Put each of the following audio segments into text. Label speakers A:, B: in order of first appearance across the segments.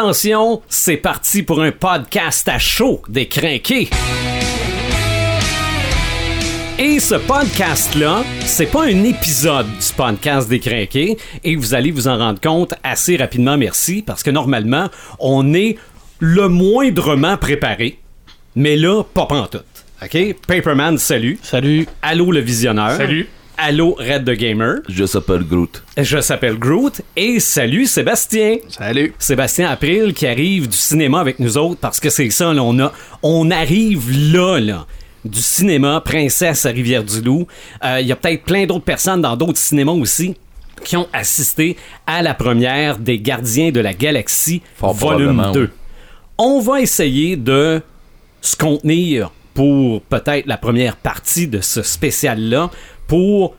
A: Attention, c'est parti pour un podcast à chaud des crinqués. Et ce podcast-là, c'est pas un épisode du podcast des crinqués, et vous allez vous en rendre compte assez rapidement, merci, parce que normalement, on est le moindrement préparé, mais là, pas pantoute. OK? Paperman, salut.
B: Salut.
A: Allô, le visionneur.
B: Salut.
A: Allô, Red the Gamer.
C: Je s'appelle Groot.
A: Je s'appelle Groot et salut Sébastien.
B: Salut.
A: Sébastien April qui arrive du cinéma avec nous autres parce que c'est ça, là, on, a, on arrive là, là. Du cinéma, Princesse à Rivière-du-Loup. Euh, Il y a peut-être plein d'autres personnes dans d'autres cinémas aussi qui ont assisté à la première des Gardiens de la Galaxie,
C: Fort
A: volume
C: probablement,
A: 2.
C: oui.
A: On va essayer de se contenir pour peut-être la première partie de ce spécial-là pour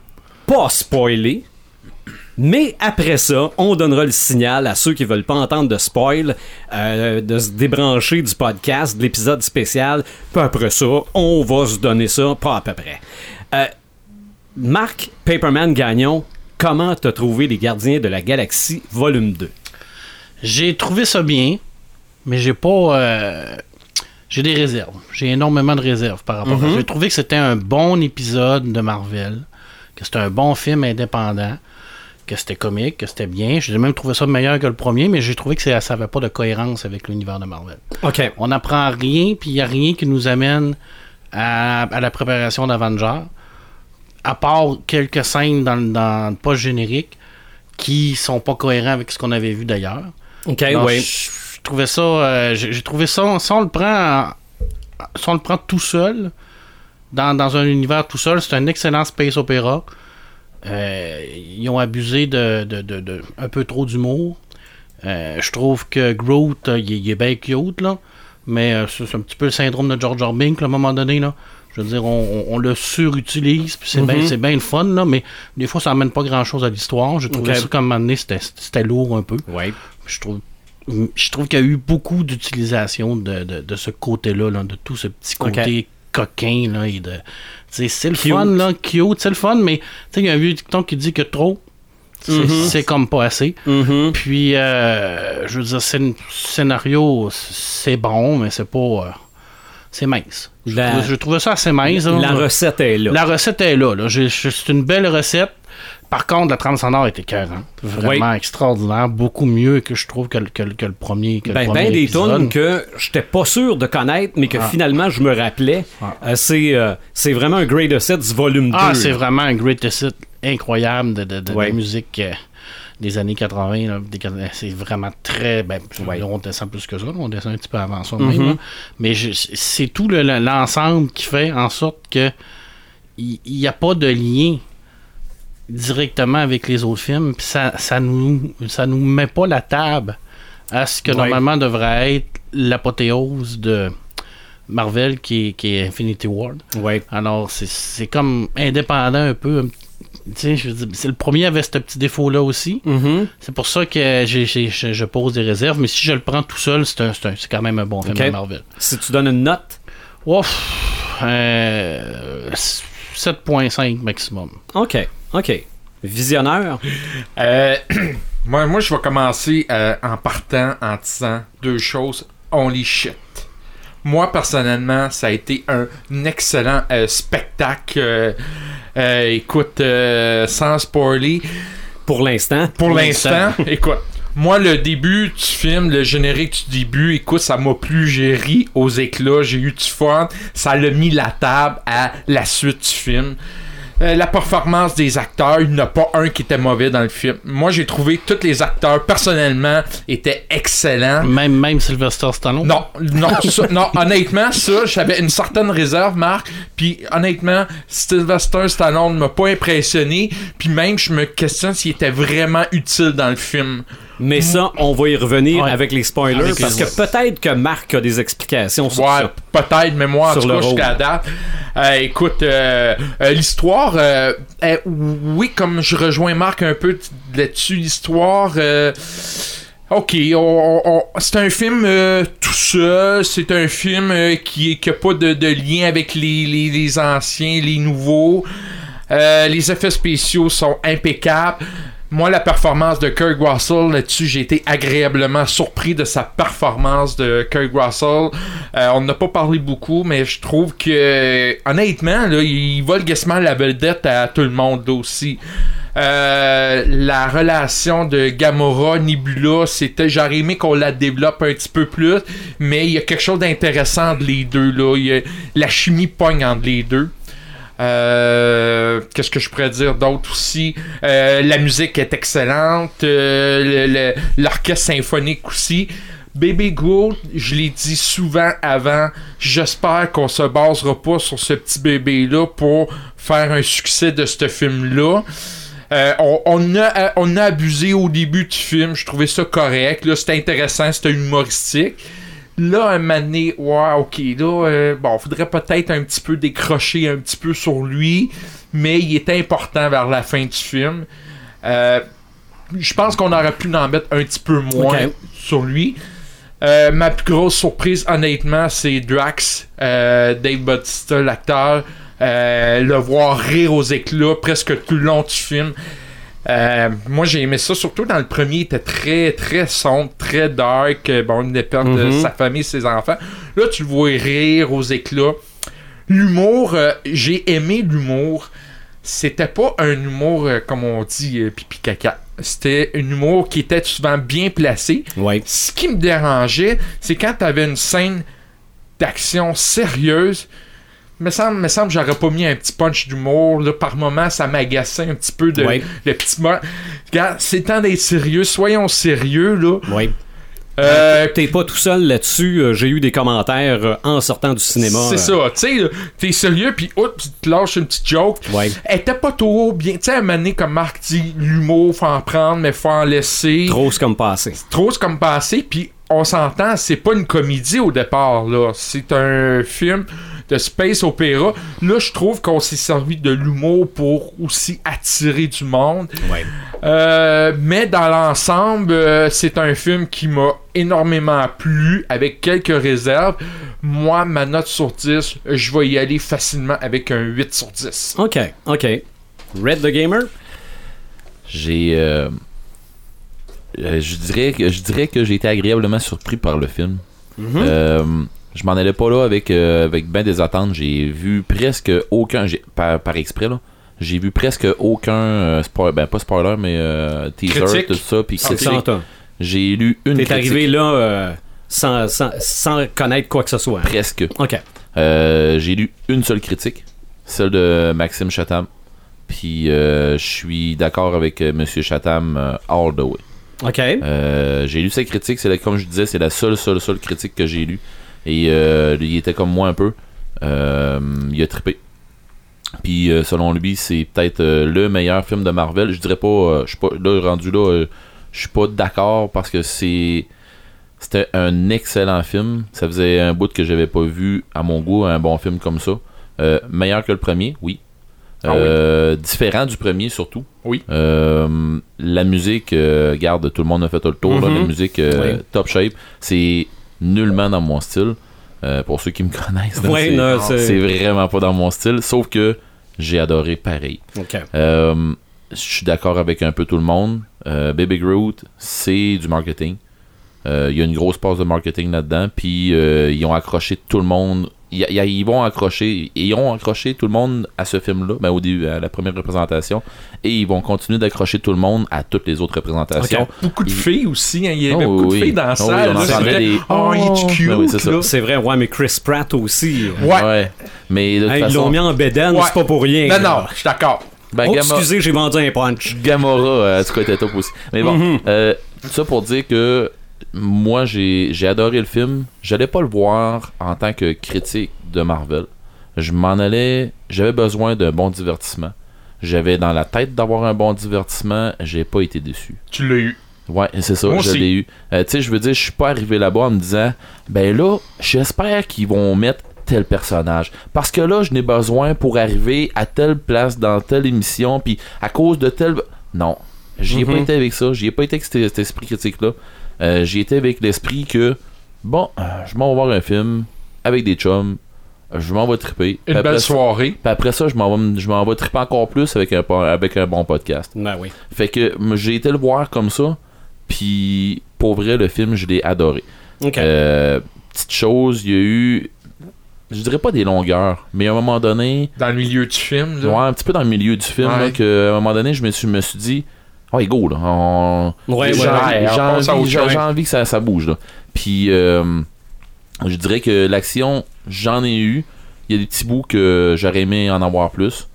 A: pas spoiler. Mais après ça, on donnera le signal à ceux qui veulent pas entendre de spoil, euh, de se débrancher du podcast, de l'épisode spécial. Puis après ça, on va se donner ça pas à peu près. Euh, Marc Paperman Gagnon, comment t'as trouvé les Gardiens de la Galaxie volume 2?
B: J'ai trouvé ça bien, mais j'ai pas. euh, j'ai des réserves. J'ai énormément de réserves par rapport à ça. J'ai trouvé que c'était un bon épisode de Marvel, que c'était un bon film indépendant, que c'était comique, que c'était bien. J'ai même trouvé ça meilleur que le premier, mais j'ai trouvé que ça n'avait pas de cohérence avec l'univers de Marvel.
A: OK.
B: On n'apprend rien, puis il n'y a rien qui nous amène à, à la préparation d'Avengers, à part quelques scènes dans, le- dans le post-générique qui sont pas cohérents avec ce qu'on avait vu d'ailleurs.
A: OK,
B: Donc,
A: oui.
B: je- Je trouvais ça. euh, J'ai j'ai trouvé ça. Si on le prend, en- si on le prend tout seul, dans, dans un univers tout seul, c'est un excellent space opéra. Euh, ils ont abusé de, de- de- de- un peu trop d'humour. Euh, je trouve que Groot, euh, il, est- il est bien cute, là. Mais euh, c'est c'est un petit peu le syndrome de George Orbink, là, à un moment donné, là. Je veux dire, on, on- on le surutilise, puis c'est
A: Mhm.
B: bien- c'est bien le fun, là, mais des fois, ça amène pas grand-chose à l'histoire. J'ai trouvé
A: Ok.
B: ça comme un moment donné, c'était- c'était lourd un peu.
A: Oui.
B: Je trouve, je trouve qu'il y a eu beaucoup d'utilisation de, de- de ce côté-là, là, de tout ce petit côté coquin. Là, et de, tu sais, c'est le
A: Cute.
B: fun, là, cute, c'est le fun, mais tu sais, il y a un vieux dicton qui dit que trop, c'est,
A: Mhm.
B: c'est comme pas assez.
A: Mm-hmm.
B: Puis, euh, je veux dire, scén- scénario, c'est bon, mais c'est pas. euh, c'est mince. Je,
A: La-
B: trouvais, je trouvais ça assez mince. là.
A: Ben, La recette est là.
B: La recette est là. là. J'ai- j'ai- c'est une belle recette. Par contre, la trame sonore était écœurante. Vraiment extraordinaire. Beaucoup mieux que je trouve que, le- que le- que le premier. Que le
A: Ben,
B: premier
A: ben des
B: épisode. Ah.
A: tunes que j'étais pas sûr de connaître, mais que finalement je me rappelais. Euh, c'est, euh, c'est vraiment un grade of set du volume 2.
B: Ah, c'est vraiment un great asset incroyable de, de- de- de
A: Ouais. musique,
B: musique euh, des années 80. là, des 80, c'est vraiment très. Ben, là, on descend plus que ça, là, on descend un petit peu avant ça.
A: Mm-hmm.
B: même, là. mais je- c'est tout le- le- l'ensemble qui fait en sorte que il n'y a pas de lien directement avec les autres films. puis ça, ça nous, ça nous met pas la table à ce que
A: Ouais.
B: normalement devrait être l'apothéose de Marvel qui est, qui est Infinity War.
A: Ouais.
B: Alors, c'est- c'est comme indépendant un peu. un petit- Tu sais, je veux dire, c'est le premier avait ce petit défaut-là aussi. C'est pour ça que j'ai- j'ai- je je pose des réserves, mais si je le prends tout seul, c'est un- c'est un- c'est quand même un bon film
A: Ok.
B: de Marvel.
A: Si tu donnes une note.
B: Ouf, euh, 7.5 maximum.
A: OK. OK. Visionneur.
D: Euh, moi, moi, je vais commencer euh, en partant en disant deux choses. Only shit. Moi, personnellement, ça a été un excellent euh, spectacle. Euh, euh, écoute, euh, sans spoiler,
A: Pour l'instant.
D: pour
B: Pour
D: l'instant, écoute. Moi, le début du film, le générique du début, écoute, ça m'a plu, j'ai ri aux éclats, j'ai eu du fun, ça l'a mis la table à la suite du film. Euh, la performance des acteurs, il n'y en a pas un qui était mauvais dans le film. Moi, j'ai trouvé tous les acteurs, personnellement, étaient excellents.
B: Même, même Sylvester Stallone.
D: Non, non, ça- non, honnêtement, ça, j'avais une certaine réserve, Marc. Puis honnêtement, Sylvester Stallone m'a pas impressionné. Puis même, je me questionne s'il était vraiment utile dans le film.
A: Mais ça, on va y revenir
B: Ouais.
A: avec les spoilers.
B: Avec les-
A: parce que peut-être que Marc a des explications sur
D: Ouais,
A: ça.
D: peut-être, mais moi, en
A: Sur
D: tout
A: le
D: cas,
A: rôle.
D: jusqu'à la date. euh, écoute, euh, euh, l'histoire, euh, euh, oui, comme je rejoins Marc un peu t- là-dessus, l'histoire. euh, Ok, on- on- on- c'est un film euh, tout seul, c'est un film euh, qui n'a qui a pas de, de lien avec les, les- les anciens, les nouveaux. Euh, les effets spéciaux sont impeccables. Moi, la performance de Kirk Russell là-dessus, j'ai été agréablement surpris de sa performance de Kirk Russell. Euh, on n'a pas parlé beaucoup, mais je trouve que, honnêtement, là, il vole guessement la vedette à tout le monde là, aussi. Euh, la relation de Gamora, Nebula, c'était j'aurais aimé qu'on la développe un petit peu plus, mais il y a quelque chose d'intéressant entre les deux là. Il y a- la chimie pogne entre les deux. Euh, Qu'est-ce que je pourrais dire d'autre aussi? Euh, la musique est excellente. euh, le- le- L'orchestre symphonique aussi. Baby Groot, je l'ai dit souvent avant, j'espère qu'on se basera pas sur ce petit bébé-là pour faire un succès de ce film-là. Euh, on, on a, on a abusé au début du film, je trouvais ça correct. Là, c'était intéressant, c'était humoristique. Là, un mané, ouais, ok, là, euh, bon, faudrait peut-être un petit peu décrocher un petit peu sur lui, mais il est important vers la fin du film. Euh, je pense qu'on aurait pu en mettre un petit peu moins
A: Ok.
D: sur lui. Euh, ma plus grosse surprise, honnêtement, c'est Drax, euh, Dave Bautista, l'acteur, euh, le voir rire aux éclats presque tout le long du film. Euh, moi j'ai aimé ça, surtout dans le premier, il était très très sombre, très dark. Euh, Bon, il venait de perdre euh,
A: Mhm.
D: sa famille, ses enfants. Là, tu le vois rire aux éclats. L'humour, euh, j'ai aimé l'humour. C'était pas un humour, euh, comme on dit, euh, pipi caca. C'était un humour qui était souvent bien placé.
A: Ouais.
D: Ce qui me dérangeait, c'est quand t'avais une scène d'action sérieuse. Me semble, me semble que j'aurais pas mis un petit punch d'humour. Là, par moment, ça m'agaçait un petit peu de
A: Ouais.
D: le petit mo- Regarde, c'est temps d'être sérieux. Soyons sérieux, là.
A: Ouais.
D: Euh,
A: T'es pas tout seul là-dessus. euh, J'ai eu des commentaires euh, en sortant du cinéma.
D: C'est
A: euh,
D: ça, tu sais, là, t'es sérieux, puis oups, tu te lâches une petite joke.
A: Ouais.
D: Elle était pas trop bien. Tu sais, à un moment donné, comme Marc dit, l'humour, faut en prendre, mais faut en laisser.
A: Trop c'est comme passé.
D: Trop, c'est comme passé, puis on s'entend, c'est pas une comédie au départ, là. C'est un film de space opéra. Là, je trouve qu'on s'est servi de l'humour pour aussi attirer du monde.
A: Ouais.
D: Euh, mais dans l'ensemble, euh, c'est un film qui m'a énormément plu, avec quelques réserves. Moi, ma note sur 10, je vais y aller facilement avec un 8 sur 10.
A: Ok, ok. Red the Gamer.
C: J'ai. euh, euh, je dirais que je dirais que j'ai été agréablement surpris par le film. Euh, je m'en allais pas là avec euh, avec ben des attentes. J'ai vu presque aucun j'ai- par, par exprès là. J'ai vu presque aucun euh, spoil- ben pas spoiler mais euh, teaser
D: Critique.
C: tout ça puis
A: C'est
C: critique.
A: ça, toi.
C: J'ai lu une
A: T'es
C: critique,
A: arrivé là euh, sans, sans, sans connaître quoi que ce soit. hein.
C: presque.
A: Ok.
C: Euh, j'ai lu une seule critique, celle de Maxime Chatham. Puis euh, je suis d'accord avec euh, monsieur Chatham euh, all the way.
A: Ok.
C: Euh, j'ai lu sa critique, c'est la- comme je disais, c'est la seule, seule, seule critique que j'ai lue. Et euh, il était comme moi un peu. Euh, il a trippé. Puis euh, selon lui, c'est peut-être euh, le meilleur film de Marvel. Je dirais pas, euh, je suis pas là rendu là, euh, je suis pas d'accord parce que c'est c'était un excellent film. Ça faisait un bout que j'avais pas vu à mon goût un bon film comme ça. Euh, meilleur que le premier, oui.
D: Ah oui.
C: Euh, Différent du premier surtout.
D: Oui.
C: Euh, la musique, euh, garde, tout le monde a fait le tour. là.
A: Mhm.
C: la musique euh,
A: Oui.
C: top shape, c'est nullement dans mon style. Euh, pour ceux qui me connaissent, là,
A: Ouais,
C: c'est-
A: non,
C: c'est
A: c'est.
C: vraiment pas dans mon style. Sauf que j'ai adoré pareil.
A: Ok.
C: Euh, je suis d'accord avec un peu tout le monde. Euh, Baby Groot, c'est du marketing. Euh, Il y a une grosse passe de marketing là-dedans. Puis euh, ils ont accroché tout le monde. Y a- y a- Ils vont accrocher, ils ont accroché tout le monde à ce film-là, ben, au début, à la première représentation, et ils vont continuer d'accrocher tout le monde à toutes les autres représentations.
A: Ok.
D: Beaucoup de
C: Il-
D: filles aussi, hein, il y
C: Oh,
D: avait beaucoup
C: oui.
D: de filles dans la
C: Oh, oui,
D: salle.
C: on
D: là,
C: entendait
D: c'était,
C: des-
D: Oh, il est cute,
C: Oh. Oui, c'est ça.
D: là.
A: C'est vrai, ouais, mais Chris Pratt aussi. euh,
D: Ouais.
C: Ouais. Mais de toute
A: hey, ils l'ont
C: façon,
A: mis en bédaine,
D: Ouais.
A: c'est pas pour rien.
D: Non,
A: là.
D: non, je suis d'accord.
C: ben,
A: Oh,
C: Gamma-
A: excusez, j'ai vendu un punch.
C: Gamora, euh, en tout cas, était top aussi. Mais bon, euh, tout ça pour dire que moi, j'ai j'ai adoré le film. J'allais pas le voir en tant que critique de Marvel. Je m'en allais. J'avais besoin d'un bon divertissement. J'avais dans la tête d'avoir un bon divertissement. J'ai pas été déçu.
D: Tu l'as eu.
C: Ouais, c'est ça,
D: Moi
C: je
D: aussi.
C: l'ai eu. Euh, tu sais, je veux dire, je suis pas arrivé là-bas en me disant, ben là, j'espère qu'ils vont mettre tel personnage. Parce que là, je n'ai besoin pour arriver à telle place dans telle émission, puis à cause de tel... Non, j'y ai pas
A: Mhm.
C: été avec ça, j'y ai pas été avec cet, cet esprit critique-là. Euh, j'y étais avec l'esprit que, bon, euh, je m'en vais voir un film avec des chums, Je m'en vais triper. Puis
D: Une
C: après
D: belle
C: ça-
D: soirée.
C: puis après ça, je m'en vais, me- je m'en vais triper encore plus avec un, po- avec un bon podcast.
A: Ben oui.
C: Fait que m- j'ai été le voir comme ça, puis pour vrai, le film, je l'ai adoré.
A: Ok.
C: Euh, petite chose, il y a eu, je dirais pas des longueurs, mais à un moment donné,
D: Dans le milieu du film, là.
C: ouais, un petit peu dans le milieu du film,
D: Ouais.
C: là, que, à un moment donné, je me suis, je me suis dit, oh, go, là, on-
A: ouais,
D: les
A: ouais,
C: j'ai
D: gens-
A: ouais.
C: envie-
D: on
C: j'ai
D: passe à
C: envie,
D: autre
C: j'ai-
D: chose.
C: j'ai envie que ça, ça bouge. Là. Puis, euh, je dirais que l'action, j'en ai eu. Il y a des petits bouts que j'aurais aimé en avoir plus.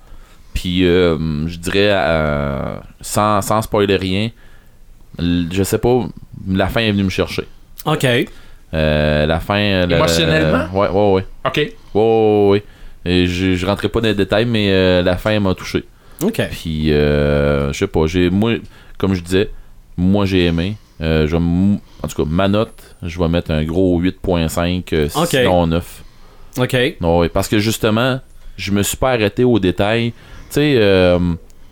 C: Puis, euh, je dirais, euh, sans, sans spoiler rien, l- je sais pas, la fin est venue me chercher.
A: Ok.
C: Euh, la fin. euh, la-
D: Émotionnellement?
C: ouais, ouais, ouais.
D: Ok.
C: Ouais, ouais, ouais. Et je, je rentrerai pas dans les détails, mais euh, la fin m'a touché.
A: Ok.
C: Puis, euh, je sais pas, j'ai, moi, comme je disais, moi j'ai aimé. Euh, je vais m- en tout cas, ma note, je vais mettre un gros 8.5, euh,
A: Ok.
C: sinon 9.
A: Ok.
C: Non, ouais, parce que justement, je me suis pas arrêté aux détails. Tu sais, euh,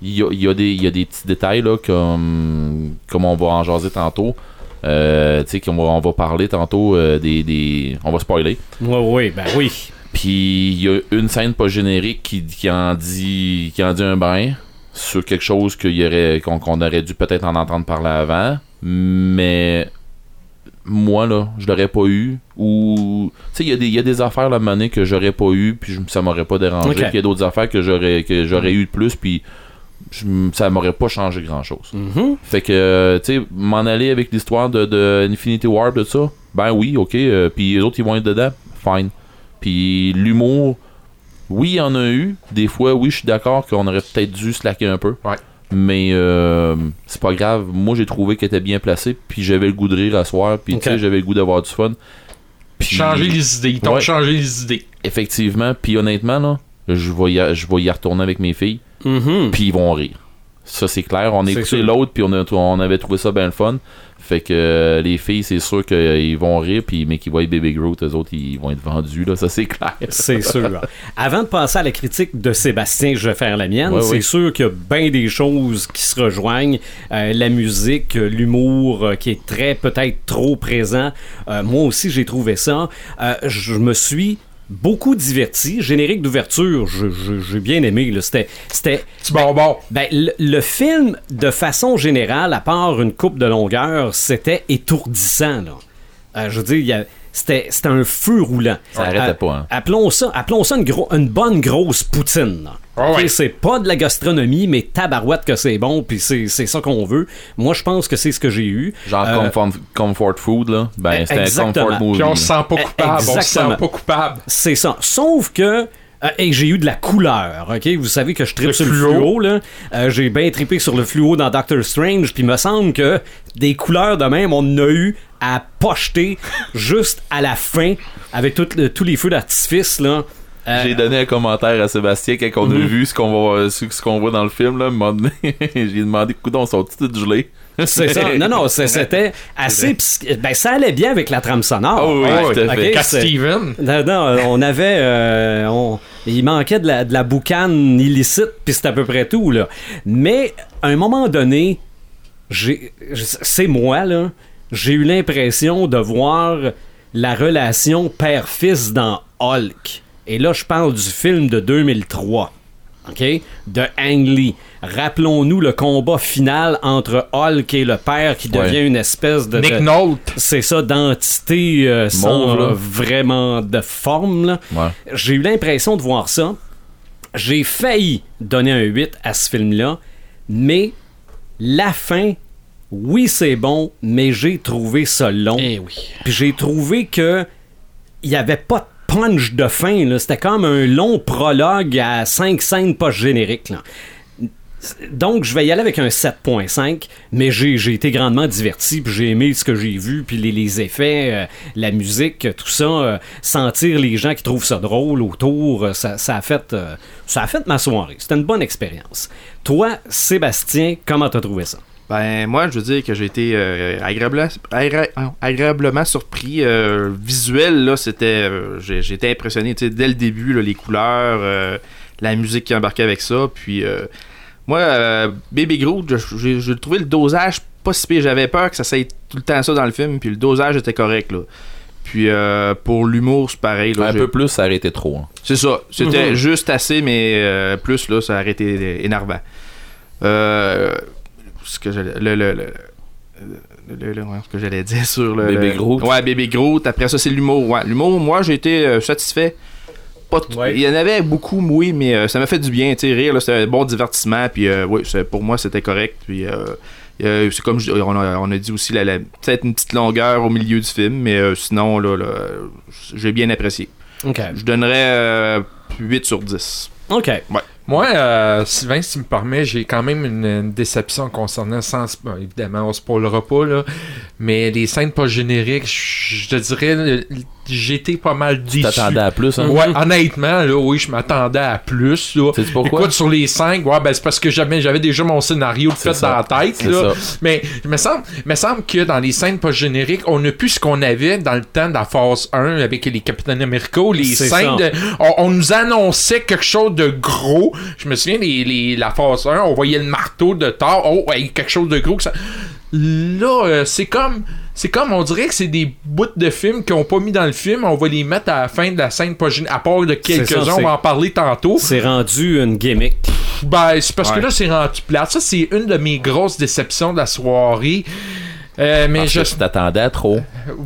C: il y, a, il y a des- il y a des petits détails, là, comme, comme on va en jaser tantôt. Euh, tu sais, qu'on va- on va parler tantôt euh, des, des. On va spoiler.
A: Ouais, ouais, ben oui.
C: Puis il y a une scène pas générique qui, qui en dit qui en dit un brin sur quelque chose qu'il y aurait qu'on qu'on aurait dû peut-être en entendre parler avant, mais moi là, je l'aurais pas eu ou tu sais il y a des il y a des affaires la manée que j'aurais pas eu puis je- ça m'aurait pas dérangé,
A: Ok.
C: puis il y a d'autres affaires que j'aurais que j'aurais eu de plus puis je- ça m'aurait pas changé grand-chose.
D: Mm-hmm.
A: Mhm.
C: Fait que, euh, tu sais, m'en aller avec l'histoire de, de Infinity War, de ça, ben oui, ok. euh, Puis les autres, ils vont être dedans, fine. Puis l'humour, oui, il y en a eu. Des fois, oui, je suis d'accord qu'on aurait peut-être dû slacker un peu.
D: Ouais.
C: Mais euh, c'est pas grave. Moi, j'ai trouvé qu'elle était bien placée. Puis j'avais le goût de rire à soir. Puis, tu
A: Ok.
C: sais, j'avais le goût d'avoir du fun. Puis-
D: Changer les idées. Ils t'ont
C: Ouais.
D: changé les idées.
C: Effectivement. Puis honnêtement, là, je vais y, a- je vais y retourner avec mes filles
A: Mhm.
C: puis ils vont rire. Ça, c'est clair. On a
A: C'est
C: écouté
A: sûr.
C: l'autre, puis on, a- on avait trouvé ça bien le fun. Fait que euh, les filles, c'est sûr qu'ils vont rire, puis, mais qu'ils voient Baby Groot, eux autres, ils vont être vendus, là. Ça, c'est clair.
A: C'est sûr. Avant de passer à la critique de Sébastien, je vais faire la mienne.
C: Ouais,
A: c'est
C: oui.
A: sûr qu'il y a bien des choses qui se rejoignent. Euh, la musique, euh, l'humour euh, qui est très, peut-être trop présent. Euh, moi aussi, j'ai trouvé ça. Euh, je me suis beaucoup diverti. Générique d'ouverture, je- je- j'ai bien aimé. là. C'était- C'était
D: Petit bonbon.
A: ben, le, le film, de façon générale, à part une coupe de longueur, c'était étourdissant. Là. Euh, je veux dire, il y a- c'était, c'était un feu roulant.
C: Ça arrêtait
A: Euh,
C: pas, hein.
A: Appelons ça, appelons ça une, gro- une bonne grosse poutine. là.
D: Ah ouais.
A: Ok, C'est pas de la gastronomie, mais tabarouette que c'est bon, puis c'est, c'est ça qu'on veut. Moi, je pense que c'est ce que j'ai eu.
C: Genre
A: Euh,
C: comfort, comfort food, là. Ben,
A: e-
C: c'était un
A: exactement.
C: comfort movie.
D: Puis on
C: là.
D: se sent pas
A: Eh,
D: coupable. On se
A: exactement.
D: sent pas coupable.
A: C'est ça. Sauf que. euh, hey, j'ai eu de la couleur, ok? Vous savez que je tripe
D: Le
A: sur
D: fluo.
A: le fluo, là. Euh, j'ai bien trippé sur le fluo dans Doctor Strange, puis me semble que des couleurs de même, on en a eu à pocheter juste à la fin, avec tout le- tous les feux d'artifice, là. Euh,
C: J'ai donné un commentaire à Sébastien quand on a vu ce qu'on va ce, ce qu'on voit dans le film là, un moment donné, j'ai demandé coudon sont tous gelés.
A: c'est ça. Non, non, c'est- c'était assez. psy- Ben, ça allait bien avec la trame sonore.
C: Ah oui, oui,
D: Ouais,
C: tout à
A: ok.
C: fait.
D: Cat
A: c'est-
D: Steven.
A: Non, non, euh, on avait. euh, on- il manquait de la, de la boucane illicite, puis c'est à peu près tout, là. Mais, à un moment donné, j'ai- j- c'est moi, là. J'ai eu l'impression de voir la relation père-fils dans Hulk. Et là, je parle du film de 2003. OK? De Ang Lee. Rappelons-nous le combat final entre Hulk et le père qui
C: Ouais.
A: devient une espèce de. de-
D: Nick Nolte.
A: c'est ça, d'entité euh, sans
C: Mauve, là.
A: euh, vraiment de forme. là.
C: Ouais.
A: J'ai eu l'impression de voir ça. J'ai failli donner un 8 à ce film-là, mais la fin, oui, c'est bon, mais j'ai trouvé ça long.
B: Eh oui.
A: Puis j'ai trouvé que il n'y avait pas de punch de fin. là. C'était comme un long prologue à cinq scènes post-génériques. là. Donc, je vais y aller avec un 7.5, mais j'ai j'ai été grandement diverti, puis j'ai aimé ce que j'ai vu, puis les, les effets, euh, la musique, euh, tout ça. euh, sentir les gens qui trouvent ça drôle autour, euh, ça, ça a fait, euh, ça a fait ma soirée. C'était une bonne expérience. Toi, Sébastien, comment t'as trouvé ça?
E: Ben moi je veux dire que j'ai été euh, agréable- agré- euh, agréablement surpris euh, visuel là c'était euh, j'ai j'ai été impressionné tu sais, dès le début là, les couleurs euh, la musique qui embarquait avec ça puis euh, moi euh, Baby Groot je- j'ai j'ai trouvé le dosage pas si pire j'avais peur que ça soit tout le temps ça dans le film puis le dosage était correct là Puis euh, pour l'humour, c'est pareil. là,
C: Un
E: j'ai-
C: peu plus, ça aurait été trop. hein.
E: C'est ça. C'était
D: Mhm.
E: juste assez, mais euh, plus, là, ça aurait été énervant. Euh, ce que j'allais. Le, le, le- le- le- le- ouais, ce que j'allais dire sur le.
C: Bébé
E: le-
C: Groot.
E: Ouais, bébé Groot. Après ça, c'est l'humour. Ouais. L'humour, moi, j'ai été euh, satisfait. Pas t-
A: Ouais.
E: Il y en avait beaucoup, oui, mais euh, ça m'a fait du bien. tu sais, rire, là, c'était un bon divertissement. Puis, euh, oui, c'est- pour moi, c'était correct. Puis, euh, euh, c'est comme je- on, a, on a dit aussi, la, la- peut-être une petite longueur au milieu du film, mais euh, sinon, là, là, j'ai bien apprécié.
A: OK.
E: Je donnerais euh, 8 sur 10.
A: OK.
D: Moi, euh, Sylvain, si tu me permets, j'ai quand même une, une déception concernant, sans, bon, évidemment, on se spoilera pas, là, mais les scènes pas génériques, je je te dirais, le- j'étais pas mal déçu.
C: T'attendais à plus, hein?
D: Ouais, honnêtement, là, oui, je m'attendais à plus, là.
C: Sais-tu pourquoi?
D: Écoute, sur les 5, ouais, ben, c'est parce que j'avais, j'avais déjà mon scénario de
C: C'est
D: fait
C: ça.
D: dans la tête,
C: C'est
D: là.
C: ça.
D: Mais il me semble, il me semble que dans les scènes post-génériques, on a plus ce qu'on avait dans le temps de la phase 1 avec les Capitaines Americo, les
A: C'est
D: scènes
A: ça.
D: de- on, on nous annonçait quelque chose de gros. Je me souviens, les, les- la phase 1, on voyait le marteau de Thor, oh, ouais, quelque chose de gros. que ça- Là, euh, c'est comme... C'est comme, on dirait que c'est des bouts de films qu'ils ont pas mis dans le film, on va les mettre à la fin de la scène post-générique, à part de
A: ça,
D: quelques-uns, on
A: c'est-
D: va en parler tantôt.
A: C'est rendu une gimmick.
D: Ben, c'est parce
E: Ouais.
D: que là, c'est rendu plate. Ça, c'est une de mes grosses déceptions de la soirée. Euh, mais
C: Parce
D: je.
C: que tu t'attendais à trop.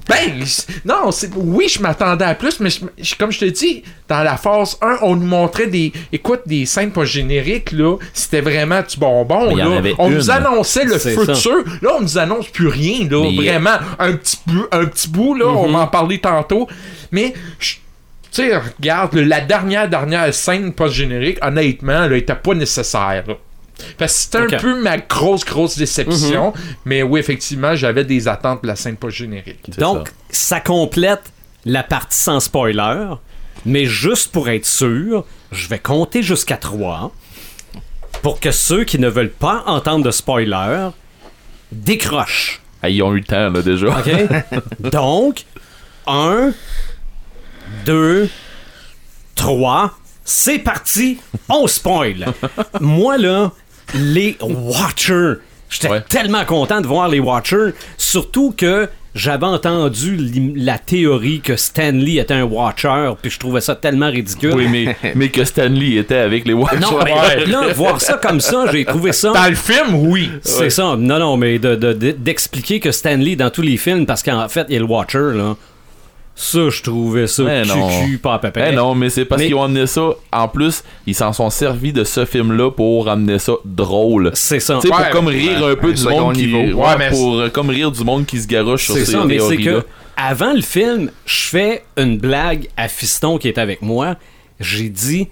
D: Ben, c- non, c'est- oui, je m'attendais à plus, mais je- je- comme je te dis, dans la phase 1, on nous montrait des. Écoute, des scènes pas génériques, là. C'était vraiment du bonbon,
C: Mais il y en
D: là.
C: avait
D: On
C: une.
D: nous annonçait le
A: C'est
D: futur.
A: ça.
D: Là, on nous annonce plus rien, là.
C: Mais-
D: vraiment, un petit, peu, un petit bout, là.
C: Mhm.
D: On va en parler tantôt. Mais, je- tu sais, regarde, le- la dernière, dernière scène post-générique, honnêtement, là, était pas nécessaire, là. Parce que c'était
A: Ok.
D: un peu ma grosse, grosse déception.
C: Mhm.
D: Mais oui, effectivement, j'avais des attentes pour la scène post-générique.
C: C'est
A: Donc,
C: ça.
A: ça. complète la partie sans spoiler. Mais juste pour être sûr, je vais compter jusqu'à 3 pour que ceux qui ne veulent pas entendre de spoiler décrochent.
C: Ah, ils ont eu le temps, là, déjà.
A: OK? Donc, 1, 2, 3, c'est parti, on spoil. Moi, là, les Watchers, j'étais
C: Ouais.
A: tellement content de voir les Watchers, surtout que j'avais entendu l'im- la théorie que Stanley était un Watcher, puis je trouvais ça tellement ridicule.
C: Oui, mais, mais que Stanley était avec les Watchers.
A: Non, mais
D: Ouais.
A: là, voir ça comme ça, j'ai trouvé ça.
D: Dans le film, oui.
A: C'est ça. Non, non, mais de- de- de- d'expliquer que Stanley dans tous les films, parce qu'en fait, il est le Watcher, là. Ça, je trouvais ça
C: Eh non.
A: cucu, pas à peu près.
C: Eh non, mais c'est parce
A: Mais-
C: qu'ils ont amené ça. En plus, ils s'en sont servis de ce film-là pour amener ça drôle.
A: C'est ça.
C: Tu sais,
D: Ouais,
C: pour comme rire
E: ouais,
C: un peu
E: un
C: du
E: second
C: monde qui.
E: niveau.
C: ouais,
D: Ouais, mais
C: pour euh, comme rire du monde qui se garoche sur
A: C'est
C: ces
A: ça, mais c'est
C: théories-là.
A: que avant le film, je fais une blague à Fiston qui est avec moi. J'ai dit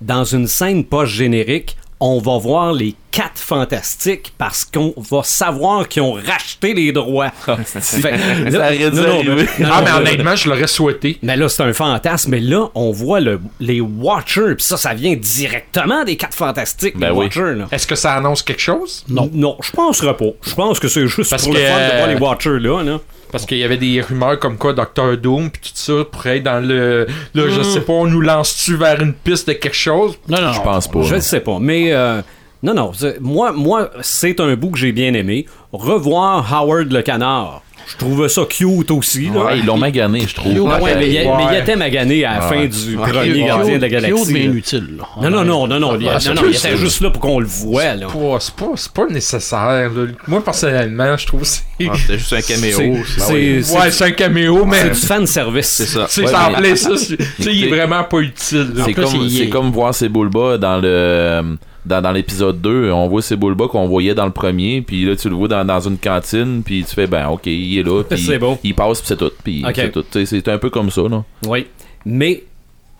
A: dans une scène post-générique, on va voir les quatre fantastiques parce qu'on va savoir qu'ils ont racheté les droits. Fait-
C: Ça aurait dû
A: Non, non,
C: arriver.
A: mais- non,
D: Ah,
A: non,
D: mais
A: non,
D: honnêtement, je l'aurais souhaité.
A: Mais Ben là, c'est un fantasme. Mais là, on voit le, les Watchers. Puis ça, ça vient directement des quatre fantastiques,
C: Ben
A: les
C: oui.
A: Watchers. Là.
D: Est-ce que ça annonce quelque chose?
A: Non, non, je penserais pas. Je pense que c'est juste
D: Parce
A: pour
D: que-
A: le fun de voir les Watchers, là. là.
D: Parce qu'il y avait des rumeurs comme quoi Docteur Doom puis tout ça pourrait être dans le. Là, je sais pas, on nous lance-tu vers une piste de quelque chose?
B: Non, non,
C: Je pense pas.
A: Je ne sais pas. Mais euh, non, non. c'est- Moi, moi c'est un bout que j'ai bien aimé. Revoir Howard le canard. Je trouve ça cute aussi. Là.
C: Ouais, ils l'ont magané, je trouve.
A: Ouais, mais il y a-
D: Ouais.
A: mais il était magané à la fin du premier
B: Cute-
A: Gardien de la
B: Cute, mais
A: Galaxie. là.
B: inutile. là.
A: Non, non, non, non, non, il-
B: Ah,
A: non,
B: c'est
A: non,
B: plus
A: il était
B: ça.
A: juste là pour qu'on le voit. Là.
D: Pas- C'est pas, c'est pas nécessaire. là. Moi, personnellement, je trouve que c'est.
E: Ah, C'était juste un caméo.
A: C'est-
E: c'est-
A: c'est-
D: ouais, c'est un caméo,
A: C'est
D: mais.
A: du fan service.
E: C'est ça.
D: C'est
C: Ouais,
D: ça,
C: mais-
D: appelait ça. c'est- Tu sais, il est vraiment pas utile. là.
C: C'est
B: plus,
C: comme,
B: il-
C: c'est comme voir Sebulba dans le dans, dans l'épisode 2, on voit Sebulba qu'on voyait dans le premier, puis là tu le vois dans, dans une cantine, puis tu fais ben OK, il est là, puis
A: C'est bon.
C: il passe puis c'est tout, puis
A: Ok.
C: c'est tout. Tu sais, C'est un peu comme ça là.
A: Oui. Mais,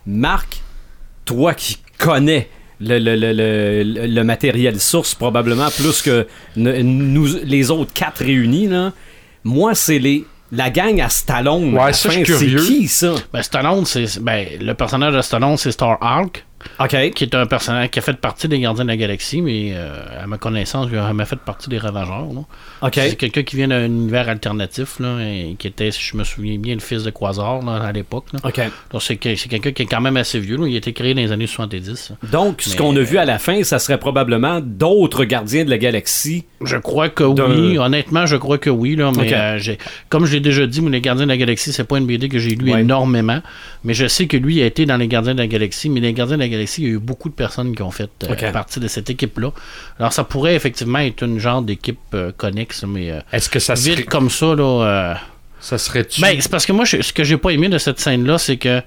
A: Marc, toi qui connais le, le, le, le- le- le matériel source probablement plus que ne- nous, les autres quatre réunis, là, moi, c'est les la gang à Stallone.
D: Ouais,
A: à la
D: ça, je
A: fin,
D: suis
A: c'est
D: curieux.
A: qui, ça?
B: Ben, Stallone, c'est. Ben, le personnage de Stallone, c'est Star Hulk.
A: OK.
B: qui est un personnage qui a fait partie des Gardiens de la Galaxie, mais euh, à ma connaissance, il a jamais fait partie des Ravageurs. là.
A: OK.
B: C'est quelqu'un qui vient d'un univers alternatif, là, et qui était, si je me souviens bien, le fils de Quasar là, à l'époque. là.
A: OK.
B: Donc c'est que- c'est quelqu'un qui est quand même assez vieux. là. Il a été créé dans les années 70. là.
A: Donc, ce
B: Mais-
A: qu'on a vu à la fin, ça serait probablement d'autres gardiens de la galaxie.
B: Je crois que
A: D'un-
B: oui. Honnêtement, je crois que oui. Là, mais
A: Ok.
B: euh, j'ai- comme je l'ai déjà dit, mais Les Gardiens de la Galaxie, c'est pas une BD que j'ai lu
A: Ouais.
B: énormément. Mais je sais que lui a été dans Les Gardiens de la Galaxie. Mais Les Gardiens de la Galaxie, il y a eu beaucoup de personnes qui ont fait euh,
A: Ok.
B: partie de cette équipe-là. Alors ça pourrait effectivement être une genre d'équipe euh, connexe, mais euh,
D: Est-ce que ça
B: vite
D: serait,
B: comme ça, là. euh,
D: ça serait-tu
B: ben, c'est parce que moi, je- ce que j'ai pas aimé de cette scène-là, c'est que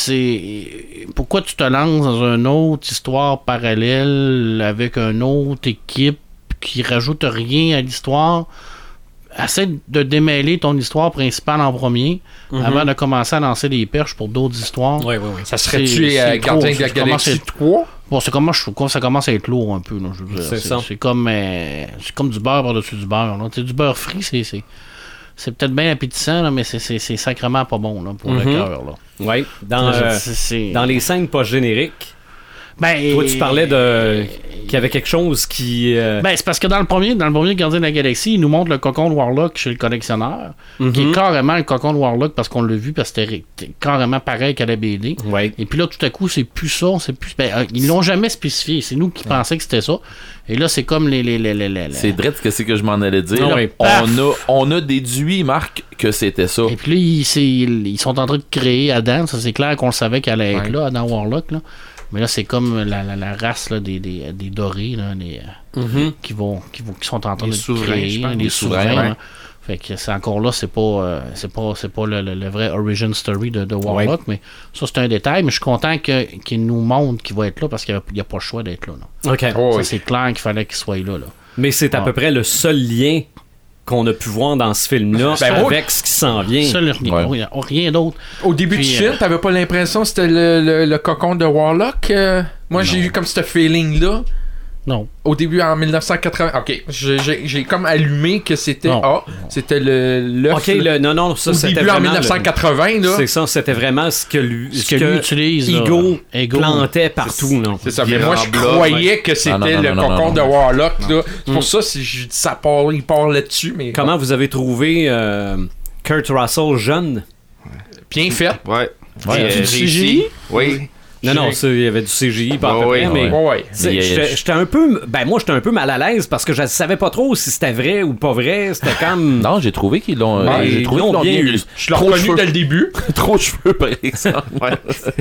B: c'est. Pourquoi tu te lances dans une autre histoire parallèle avec une autre équipe qui rajoute rien à l'histoire? Essaie de démêler ton histoire principale en premier
A: Mm-hmm.
B: avant de commencer à lancer des perches pour d'autres histoires.
A: Oui, oui, oui.
D: ça
B: c'est-
D: serait-tu euh,
B: c'est
D: Gardien
B: trop,
D: de la
B: ça commence à
D: Galaxie
B: être-
D: 3
B: Bon, c'est comment je trouve que ça commence à être lourd un peu. là, je veux dire.
A: C'est
B: C'est
A: ça.
B: c'est comme, euh, c'est comme du beurre par-dessus du beurre. là. Tu sais, Du beurre frit, c'est, c'est, c'est peut-être bien appétissant, là, mais c'est, c'est, c'est sacrément pas bon là, pour le
A: Mhm.
B: cœur. là.
A: Ouais, dans,
B: Je veux
A: euh,
B: dire, c'est- c'est-
A: dans les scènes post-génériques,
B: Ben,
A: toi, tu parlais de qu'il y avait quelque chose qui... euh,
B: Ben, c'est parce que dans le premier, dans le premier Gardien de la Galaxie, il nous montre le cocon de Warlock chez le collectionneur,
A: Mhm.
B: qui est carrément le cocon de Warlock parce qu'on l'a vu, parce que c'était c'était carrément pareil qu'à la BD.
A: ouais.
B: Et puis là, tout à coup, c'est plus ça, c'est plus. Ben, euh, ils l'ont jamais spécifié. C'est nous qui pensions que c'était ça. Et là, c'est comme les. les, les, les, les-
C: C'est
A: Ben.
C: drette ce que c'est que je m'en allais dire.
A: Ah oui,
C: on,
B: paf!
C: a, on a déduit, Marc, que c'était ça.
B: Et puis là, ils, c'est- ils- ils sont en train de créer Adam. Ça, c'est clair qu'on le savait qu'elle allait être
D: Ouais.
B: là, Adam Warlock. Là. Mais là, c'est comme la, la, la race là, des, des, des dorés, là, les, euh, qui, vont, qui, vont, qui sont en train
E: Les
B: de
E: souverains,
B: créer,
E: je pense.
B: hein, les
E: Les
B: souverains.
C: souverains,
B: hein. Fait que c'est encore là, c'est pas, euh, c'est pas, c'est pas le, le- le vrai origin story de, de Warlock, mais ça c'est un détail. Mais je suis content que- qu'il nous montre qu'il va être là parce qu'il n'y a, pas le choix d'être là. là.
A: OK.
D: Oh,
B: Ça,
D: oui.
B: c'est clair qu'il fallait qu'il soit là. là.
A: Mais c'est à
B: Ah.
A: peu près le seul lien qu'on a pu voir dans ce film-là
D: Ben,
A: avec ce qui s'en vient.
B: Ça, le- rien, rien d'autre.
D: Au début
B: Puis,
D: du film,
B: euh,
D: t'avais pas l'impression que c'était le, le- le cocon de Warlock euh? Moi, j'ai eu comme ce feeling-là.
B: Non.
D: Au début, en 1980. Ok, j'ai- j'ai j'ai comme allumé que c'était.
B: Non.
D: Ah, c'était le. le
A: OK, le- non, non, ça,
D: au
A: c'était
D: début, en
A: vraiment... le-
D: 1980, là.
A: C'est ça, c'était vraiment ce que lui,
B: Ce que, lui utilise. là,
A: Ego
B: Ego.
A: plantait partout, non?
D: C'est ça, mais moi je
E: Grand bloc,
D: croyais que
C: Ah, non,
D: c'était
C: non,
D: le
C: non, non,
D: cocon
C: non,
D: de
C: non.
D: Warlock. là. C'est pour ça si je dis ça part, il part là-dessus, mais
A: Comment vous avez trouvé euh, Kurt Russell jeune?
D: bien fait.
E: Ouais.
C: Ouais,
E: Euh,
C: tu
E: réussi.
A: CGI?
E: Oui.
A: Non, non,
D: J'ai-
A: c'est- il y avait du CGI par
E: Ouais,
A: peu
E: ouais,
A: près, mais...
D: Ouais, ouais.
A: c'est-
C: Mais, euh,
A: J'étais j'étais un peu. Ben, moi, j'étais un peu mal à l'aise parce que je savais pas trop si c'était vrai ou pas vrai. C'était comme.
C: Non, j'ai trouvé qu'ils l'ont. euh,
A: Ouais,
C: j'ai
A: Ben, ils
C: trouvé
A: l'ont
C: qu'ils l'ont
A: bien
C: bien
A: eu.
C: eu.
D: Je l'ai
C: Trop de
D: reconnu
C: cheveux.
D: dès le début,
C: Trop de cheveux, par exemple.
E: Ouais.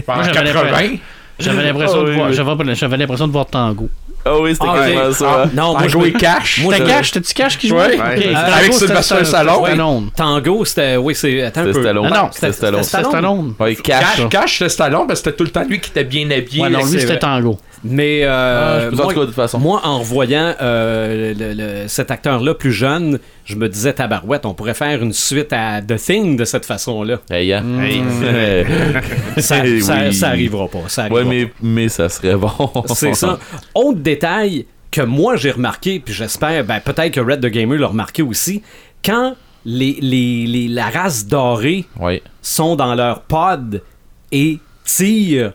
D: en
B: j'avais
D: 80.
B: l'impression- J'avais l'impression
C: Ah
B: de
C: oui,
B: voir,
C: oui.
B: j'avais- j'avais l'impression de voir Tango.
C: Ah oui, c'était
A: Ah, ok.
C: carrément ça.
A: Ah, non, moi, je
D: Tango et Cash.
A: Moi,
B: C'était
A: je-
B: Cash, c'était Cash qui
D: Ouais.
B: jouait.
E: Ouais.
B: Ok,
E: Avec
B: Tango, c'était
D: Sylvester
B: Stan-
D: Stallone.
B: Stallone.
A: Tango, c'était. Oui, c'est. Attends un
C: C'était
A: peu.
C: Stallone.
B: Non, non,
C: c'était
A: c'était
C: Stallone.
B: C'était Stallone.
C: Ouais,
D: Cash,
C: cash.
D: Cash, c'était Stallone, parce que c'était tout le temps lui qui était bien habillé.
B: Ouais, non, lui,
D: C'est
B: c'était
D: vrai.
B: Tango.
A: Mais. euh,
C: Ah, je peux en tout cas, de toute façon.
A: moi, en revoyant euh, le- le- le- cet acteur-là plus jeune, je me disais, tabarouette, on pourrait faire une suite à The Thing de cette façon-là.
C: Hey, hein.
E: Hey.
C: Ouais.
A: Ça,
C: Eh
A: ça,
C: oui.
A: ça arrivera pas. Ça
C: Ouais,
A: arrivera
C: mais, mais ça serait bon.
A: C'est ça. Autre détail que moi j'ai remarqué, puis j'espère, ben, peut-être que Red the Gamer l'a remarqué aussi, quand les, les, les- la race dorée
C: Ouais.
A: sont dans leur pod et tirent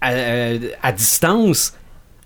A: à, euh, à distance,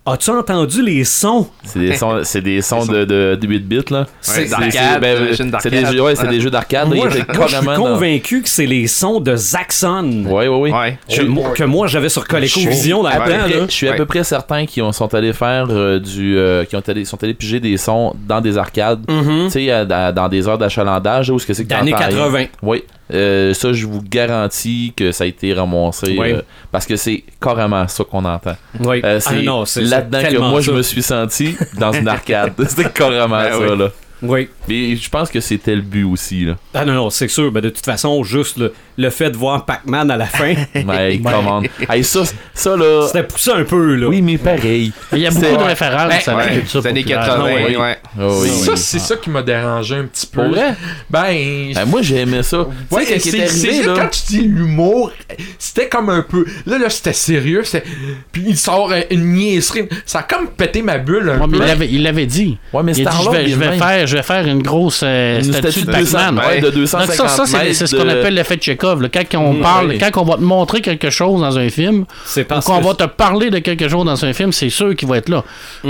A: as-tu entendu les sons?
C: C'est des sons, c'est des sons de, de, de 8 bits, là.
A: C'est-
E: d'arcade,
C: C'est- c'est- ben,
E: de machines
C: c'est des
E: d'arcade.
C: jeux, ouais, c'est des jeux d'arcade. là,
A: euh, Moi,
C: ils
A: je,
C: étaient
A: moi, je suis
C: carrément dans-
A: convaincu que c'est les sons de Zaxxon
C: Ouais, ouais, ouais.
E: Ouais.
A: que, moi- que moi j'avais sur ColecoVision
E: Ouais.
A: là-dedans.
C: Après,
A: là.
C: je suis à
E: Ouais.
C: peu près certain qu'ils ont- sont allés faire euh, du. euh, qui ont allés, sont allés piger des sons dans des arcades.
A: Mm-hmm.
C: Tu sais, à- à- dans des heures d'achalandage, là, où ce que c'est que
A: D'années
C: t'entends rien.
A: 80.
C: Oui. Euh, ça, je vous garantis que ça a été remoncé.
A: Oui.
C: euh, parce que c'est carrément ça qu'on entend.
A: Oui.
C: Euh,
A: Ah
C: c'est
A: non, c'est-
C: là-dedans
A: c'est
C: que
A: tellement
C: moi, je
A: ça.
C: me suis senti dans une arcade. C'était carrément
E: Ben
C: ça,
E: oui.
C: là.
A: Oui.
C: Mais je pense que c'était le but aussi, là.
A: Ah non, non, c'est sûr. Ben, de toute façon, juste le, le fait de voir Pac-Man à la fin,
C: Mais commande. Hey, ça, ça, là.
A: c'était poussé un peu, là.
C: Oui, mais pareil.
B: Il y a beaucoup
C: C'est-
B: de références
D: Ben,
B: à la
E: Ouais.
B: culture
E: C'est années
B: populaire.
E: 80,
A: Ah,
E: ouais.
C: oui. Oh, oui.
D: Ça, c'est ça qui m'a dérangé un petit peu.
C: Pour vrai?
D: Ben.
C: Ben, moi, j'aimais ça.
D: Ouais,
C: tu sais, quand il
D: c'est
C: est
D: c'est
C: arrivé,
D: là,
C: là.
D: quand tu dis l'humour, c'était comme un peu. Là, là, c'était sérieux. c'était- Puis il sort euh, une niaiserie. Ça a comme pété ma bulle un
B: Ouais, mais
D: peu.
B: il l'avait- il l'avait dit.
C: Ouais, mais
B: Il a dit, je
C: Star-Lord,
B: vais, je
C: il est
B: vais
C: le même.
B: faire, je vais faire une une grosse euh,
C: Une
B: statue, de
C: statue de 200
B: Batman.
E: ouais.
C: mètres, de
B: Donc
C: 250
B: ça, ça c'est,
C: mètres
B: c'est ce qu'on
C: de-
B: appelle l'effet Chekhov. là. Quand on
C: Mm,
B: parle,
C: ouais.
B: quand on va te montrer quelque chose dans un film,
A: C'est
B: ou
A: parce
B: qu'on
A: que-
B: va te parler de quelque chose dans un film, c'est sûr qu'il va être là.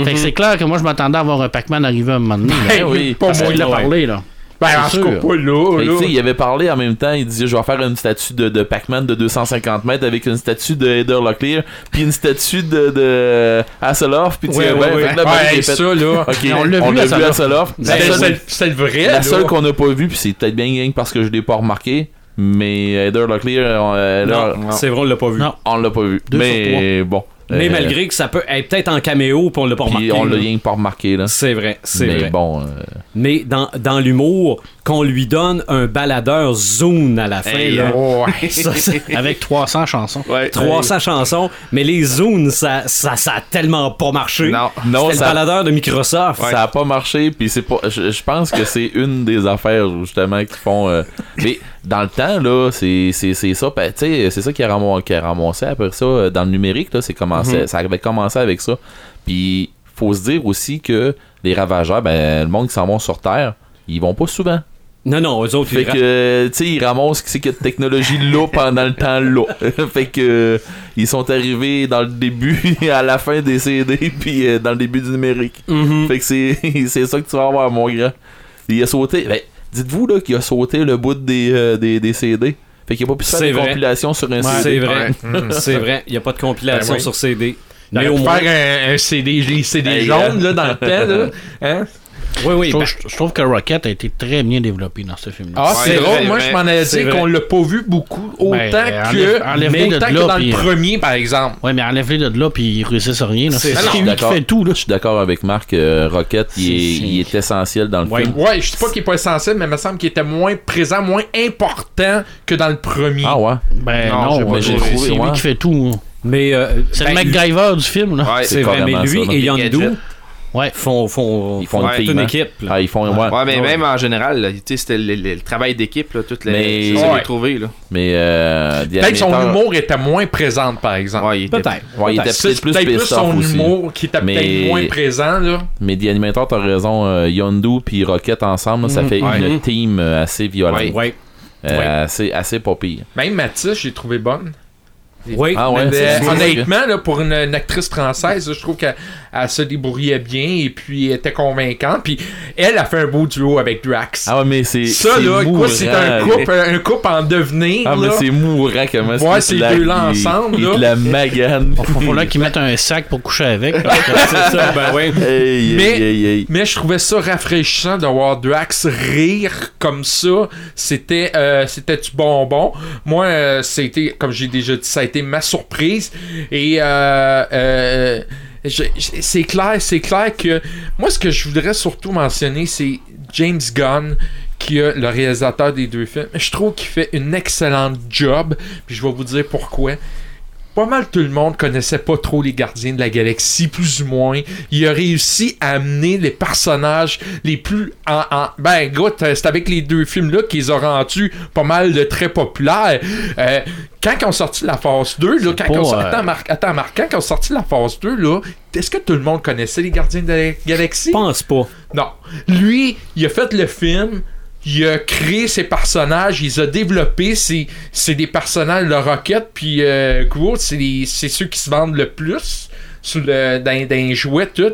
B: Fait que c'est clair que moi, je m'attendais à avoir un Pac-Man arriver à un moment donné. là.
D: Ben oui, pas
B: Parce
D: moi,
B: qu'il l'a
D: ouais.
B: parlé, là.
D: Ben, en
B: C'est
D: tout cas,
B: sûr.
D: pas là,
C: Fait que,
D: là.
C: tu sais, il avait parlé en même temps, il disait je vais faire une statue de, de Pac-Man de 250 mètres avec une statue de Heather Locklear, puis une statue de, de Hasselhoff, puis tu
D: Ouais,
C: sais, ouais,
D: ouais,
C: fait que
D: ouais,
C: là, Marie,
D: hey,
C: j'ai fait,
D: ça, là.
C: Ok,
B: on l'a vu, Hasselhoff.
C: Hasselhoff.
D: Ben,
C: La seule-
D: c'est- c'est le vrai.
C: la
D: là.
C: seule qu'on n'a pas vue, puis c'est peut-être bien rien que parce que je l'ai pas remarqué, mais Heather Locklear, on, euh, là,
A: Non, c'est vrai, on l'a pas vu.
B: Non.
C: on l'a pas vu.
B: Deux
C: mais bon.
A: Mais
C: euh,
A: malgré que ça peut être peut-être en caméo, puis on l'a pas
C: puis
A: remarqué.
C: on l'a
A: là.
C: rien que pas remarqué, là.
A: C'est vrai, c'est
C: Mais
A: vrai.
C: bon. euh,
A: Mais dans, dans l'humour, qu'on lui donne un baladeur zone à la fin.
E: Hey,
A: là.
D: Oh, ouais.
A: Ça, c'est
B: Avec 300 chansons.
E: Ouais.
A: 300 chansons, mais les zooms, ça, ça, ça a tellement pas marché.
E: Non.
C: Non,
A: C'était
C: ça-
A: le baladeur de Microsoft.
C: ça a pas marché puis c'est pas je, je pense que c'est une des affaires justement qui font euh, mais dans le temps là c'est c'est c'est ça ben, tu sais c'est ça qui a ramassé, qui a ramassé après ça euh, dans le numérique là c'est commencé ça avait commencé avec ça puis faut se dire aussi que les ravageurs ben le monde qui s'en vont sur terre ils vont pas souvent
A: Non, non, eux autres,
C: fait
A: ils ra-
C: que, tu sais, ils ramassent ce qu'il y a de technologie là pendant le temps là. fait que, euh, ils sont arrivés dans le début, à la fin des CD, puis euh, dans le début du numérique.
A: Mhm.
C: Mm. Fait que c'est, c'est ça que tu vas avoir, mon grand. Il a sauté, ben, dites-vous là qu'il a sauté le bout des, euh, des, des CD. Fait qu'il a pas pu se faire
A: C'est
C: des
A: vrai.
C: compilations sur un CD.
A: c'est vrai.
B: Mhm.
A: C'est vrai, il n'y a pas de compilation
D: Ben oui.
A: sur CD.
D: Il
A: Mais
D: aurait
A: au
D: pu
A: moins.
D: faire un, un CD, les CD
C: Hey,
D: jaunes,
C: euh.
D: là, dans le temps, là. Hein?
A: Oui, oui.
B: Je
A: ben,
B: trouve, je trouve que Rocket a été très bien développé dans ce film-là.
D: Ah, c'est
E: c'est
D: drôle.
E: vrai,
D: Moi,
E: vrai.
D: je m'en ai
A: C'est
D: dit
A: vrai.
D: qu'on l'a pas vu beaucoup. Autant
B: Ben, enlève-
D: que,
B: enlève-les de
D: autant que
B: là,
D: dans
B: puis,
D: le
B: euh,
D: premier, par exemple.
B: Ouais, mais enlève-les de là, puis ils réussissent à rien. là.
A: C'est
B: C'est
A: ça,
C: je suis
B: lui Ah qui
C: d'accord.
B: fait tout, là.
C: Je suis d'accord avec Marc, euh, Rocket, il est,
B: C'est-
C: il est essentiel dans le
A: Ouais.
C: film.
D: Ouais, je dis pas qu'il est pas essentiel, mais il me semble qu'il était moins présent, moins important que dans le premier.
C: Ah ouais?
B: Ben
E: Non,
B: non,
E: j'ai pas
B: ouais, c'est
C: trouvé,
B: c'est
C: ouais.
B: lui qui fait tout. hein.
A: mais euh,
B: C'est
A: ben,
B: le MacGyver du film, là.
E: Ouais.
A: C'est vrai, mais
C: carrément
A: lui
C: ça, là.
A: et
E: Gadget.
A: Yondu
B: Ouais.
A: font, font,
C: Ils font le
E: Ouais,
A: toute une
C: pigment.
A: équipe. là.
C: Ah, ils font, ouais.
E: Ouais, mais
A: Ouais.
E: même en général, là, tu sais, c'était le, le- le travail d'équipe, là, toutes les.
C: Mais-
E: c'est ça que j'ai
D: Ouais.
E: trouvé, là.
C: Mais, euh,
D: Peut-être que son
C: Diameter-
D: humour était moins présent, par exemple.
E: Ouais, il était-
A: Peut-être.
C: Ouais, il
A: peut-être.
C: était
D: C'est
C: peut-être plus
D: peut-être plus
C: pissed off
D: son
C: aussi.
D: humour qui était
C: Mais-
D: peut-être moins présent, là.
C: Mais The Animator, t'as raison, euh, Yondu puis Rocket ensemble, ça fait
E: ouais.
C: une team euh, assez violente.
E: Ouais.
A: Ouais.
C: Euh,
A: Ouais.
C: Assez, assez pas pire.
D: Même Mathis, j'ai trouvé bonne.
A: Oui.
C: Ah ouais,
D: Mais,
C: c'est-
D: euh,
C: c'est-
D: honnêtement, là, pour une, une actrice française, là, je trouve qu'elle elle se débrouillait bien et puis elle était convaincante. Puis elle a fait un beau duo avec Drax.
C: Ah ouais, mais c'est.
D: ça,
C: c'est
D: là,
C: mourant.
D: quoi, c'est un couple, un couple en devenir.
C: Ah, mais
D: là.
C: c'est mourant comment
D: Ouais, ces
C: la-
D: deux-là
C: il-
D: ensemble,
C: il
D: là.
C: te la magane.
B: Faut, faut là qu'ils mettent un sac pour coucher avec. là.
A: C'est ça, ben oui.
C: Hey,
D: Mais-
C: hey, hey, hey.
D: Mais je trouvais ça rafraîchissant de voir Drax rire comme ça. C'était euh, c'était du bonbon. Moi, euh, c'était, comme j'ai déjà dit, ça a été ma surprise. Et euh, euh, je- je- c'est clair, c'est clair que moi, ce que je voudrais surtout mentionner, c'est James Gunn qui est le réalisateur des deux films. Je trouve qu'il fait une excellente job. Puis je vais vous dire pourquoi pas mal tout le monde connaissait pas trop les gardiens de la galaxie, plus ou moins. Il a réussi à amener les personnages les plus en, en- ben écoute, euh, c'est avec les deux films là qu'ils ont rendu pas mal de très populaires. Euh, quand ils ont sorti la phase 2, là, quand
B: pas,
D: ils ont sorti-
B: euh,
D: attends, Marc, attends, Marc, quand ils ont sorti la phase 2, là, est-ce que tout le monde connaissait les gardiens de la galaxie?
A: Je pense pas.
D: Non. Lui, il a fait le film. Il a créé ses personnages, il les a développés, c'est, c'est des personnages de Rocket, puis euh, Groot, c'est, les- c'est ceux qui se vendent le plus sous le, dans, dans les jouets, tout.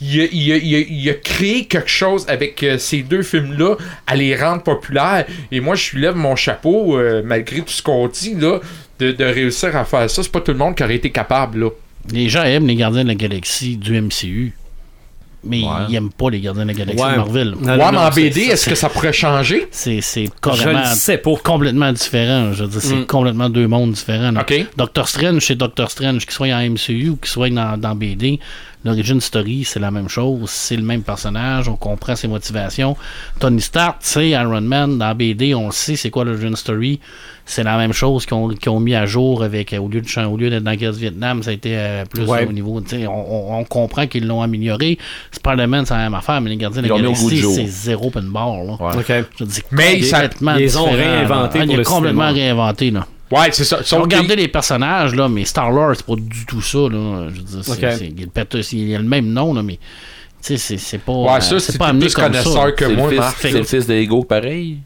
D: Il a, il a- il a- il a créé quelque chose avec euh, ces deux films-là à les rendre populaires. Et moi, je lui lève mon chapeau, euh, malgré tout ce qu'on dit, là, de, de réussir à faire ça. C'est pas tout le monde qui aurait été capable, là.
B: les gens aiment les gardiens de la galaxie du MCU. Mais ils aiment pas les gardiens de la galaxie
A: Ouais.
B: de Marvel.
A: Ah, Non,
D: ouais,
A: non,
D: mais
A: non,
D: en
A: c'est-
D: BD, est-ce que ça pourrait changer?
B: C'est c'est
A: Je
B: carrément
A: le sais pas.
B: complètement différent. Je veux dire, c'est
A: Mm.
B: complètement deux mondes différents. là.
D: Ok.
B: Doctor Strange, c'est Doctor Strange, qu'il soit en MCU ou qu'il soit dans, dans BD. L'origin story, c'est la même chose. C'est le même personnage. On comprend ses motivations. Tony Stark, c'est Iron Man. Dans BD, on le sait, c'est quoi l'origin story. C'est la même chose qu'on qu'ils ont mis à jour avec, euh, au lieu de chan- au lieu d'être dans la guerre du Vietnam, ça a été euh, plus
A: Ouais.
B: au niveau. tu sais, On, on- on comprend qu'ils l'ont amélioré. Spider-Man, c'est la même affaire, mais les gardiens de la
C: Ils l'ont mis au goût du
B: galaxie,
C: jour.
B: c'est zéro open bar. là.
C: Ouais.
A: Ok.
B: Je dis
D: Mais ils
B: complètement
A: s'a- ils les ont
B: différent,
A: réinventés
B: là. Ah,
A: pour
B: ils
A: le
B: ont complètement
A: cinéma.
B: réinventé là.
D: Ouais, c'est ça.
B: Si on
D: Sauf que-
B: regardait les personnages là, mais Star Lord c'est pas du tout ça là. Je veux dire, c'est,
A: Ok.
B: c'est- il, pète- il a le même nom là, mais Tu sais, c'est- c'est pas.
D: Ouais,
B: euh,
D: ça,
B: c'est
D: c'est
B: pas
D: pas
B: amené
D: plus
B: comme ça.
D: connaisseur que
C: C'est le
D: moi,
C: fils-
D: Marc.
C: C'est le fils de Lego, pareil.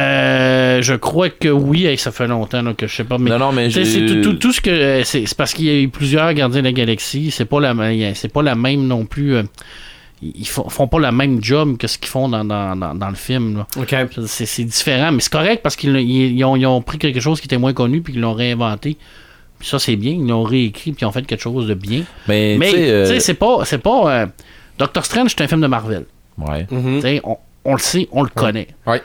B: Euh, je crois que oui, Hey, ça fait longtemps là, que je sais pas, mais.
C: non, non, mais
B: Tu sais,
C: j'ai...
B: c'est tout, tout- tout ce que euh, c'est c'est parce qu'il y a eu plusieurs gardiens de la galaxie c'est pas la ma- c'est pas la même non plus euh, ils ils font, font pas la même job que ce qu'ils font dans, dans, dans- dans le film là.
A: Ok.
B: Je veux dire, c'est c'est différent mais c'est correct parce qu'ils l'ont- ils, ils ont, ils ont pris quelque chose qui était moins connu puis ils l'ont réinventé puis ça c'est bien ils l'ont réécrit puis ils ont fait quelque chose de bien
C: Mais,
B: mais
C: tu sais... euh,
B: tu sais, c'est pas c'est pas euh, Doctor Strange c'est un film de Marvel
C: Ouais.
B: Tu sais, on, on le sait on le connaît
D: Ouais.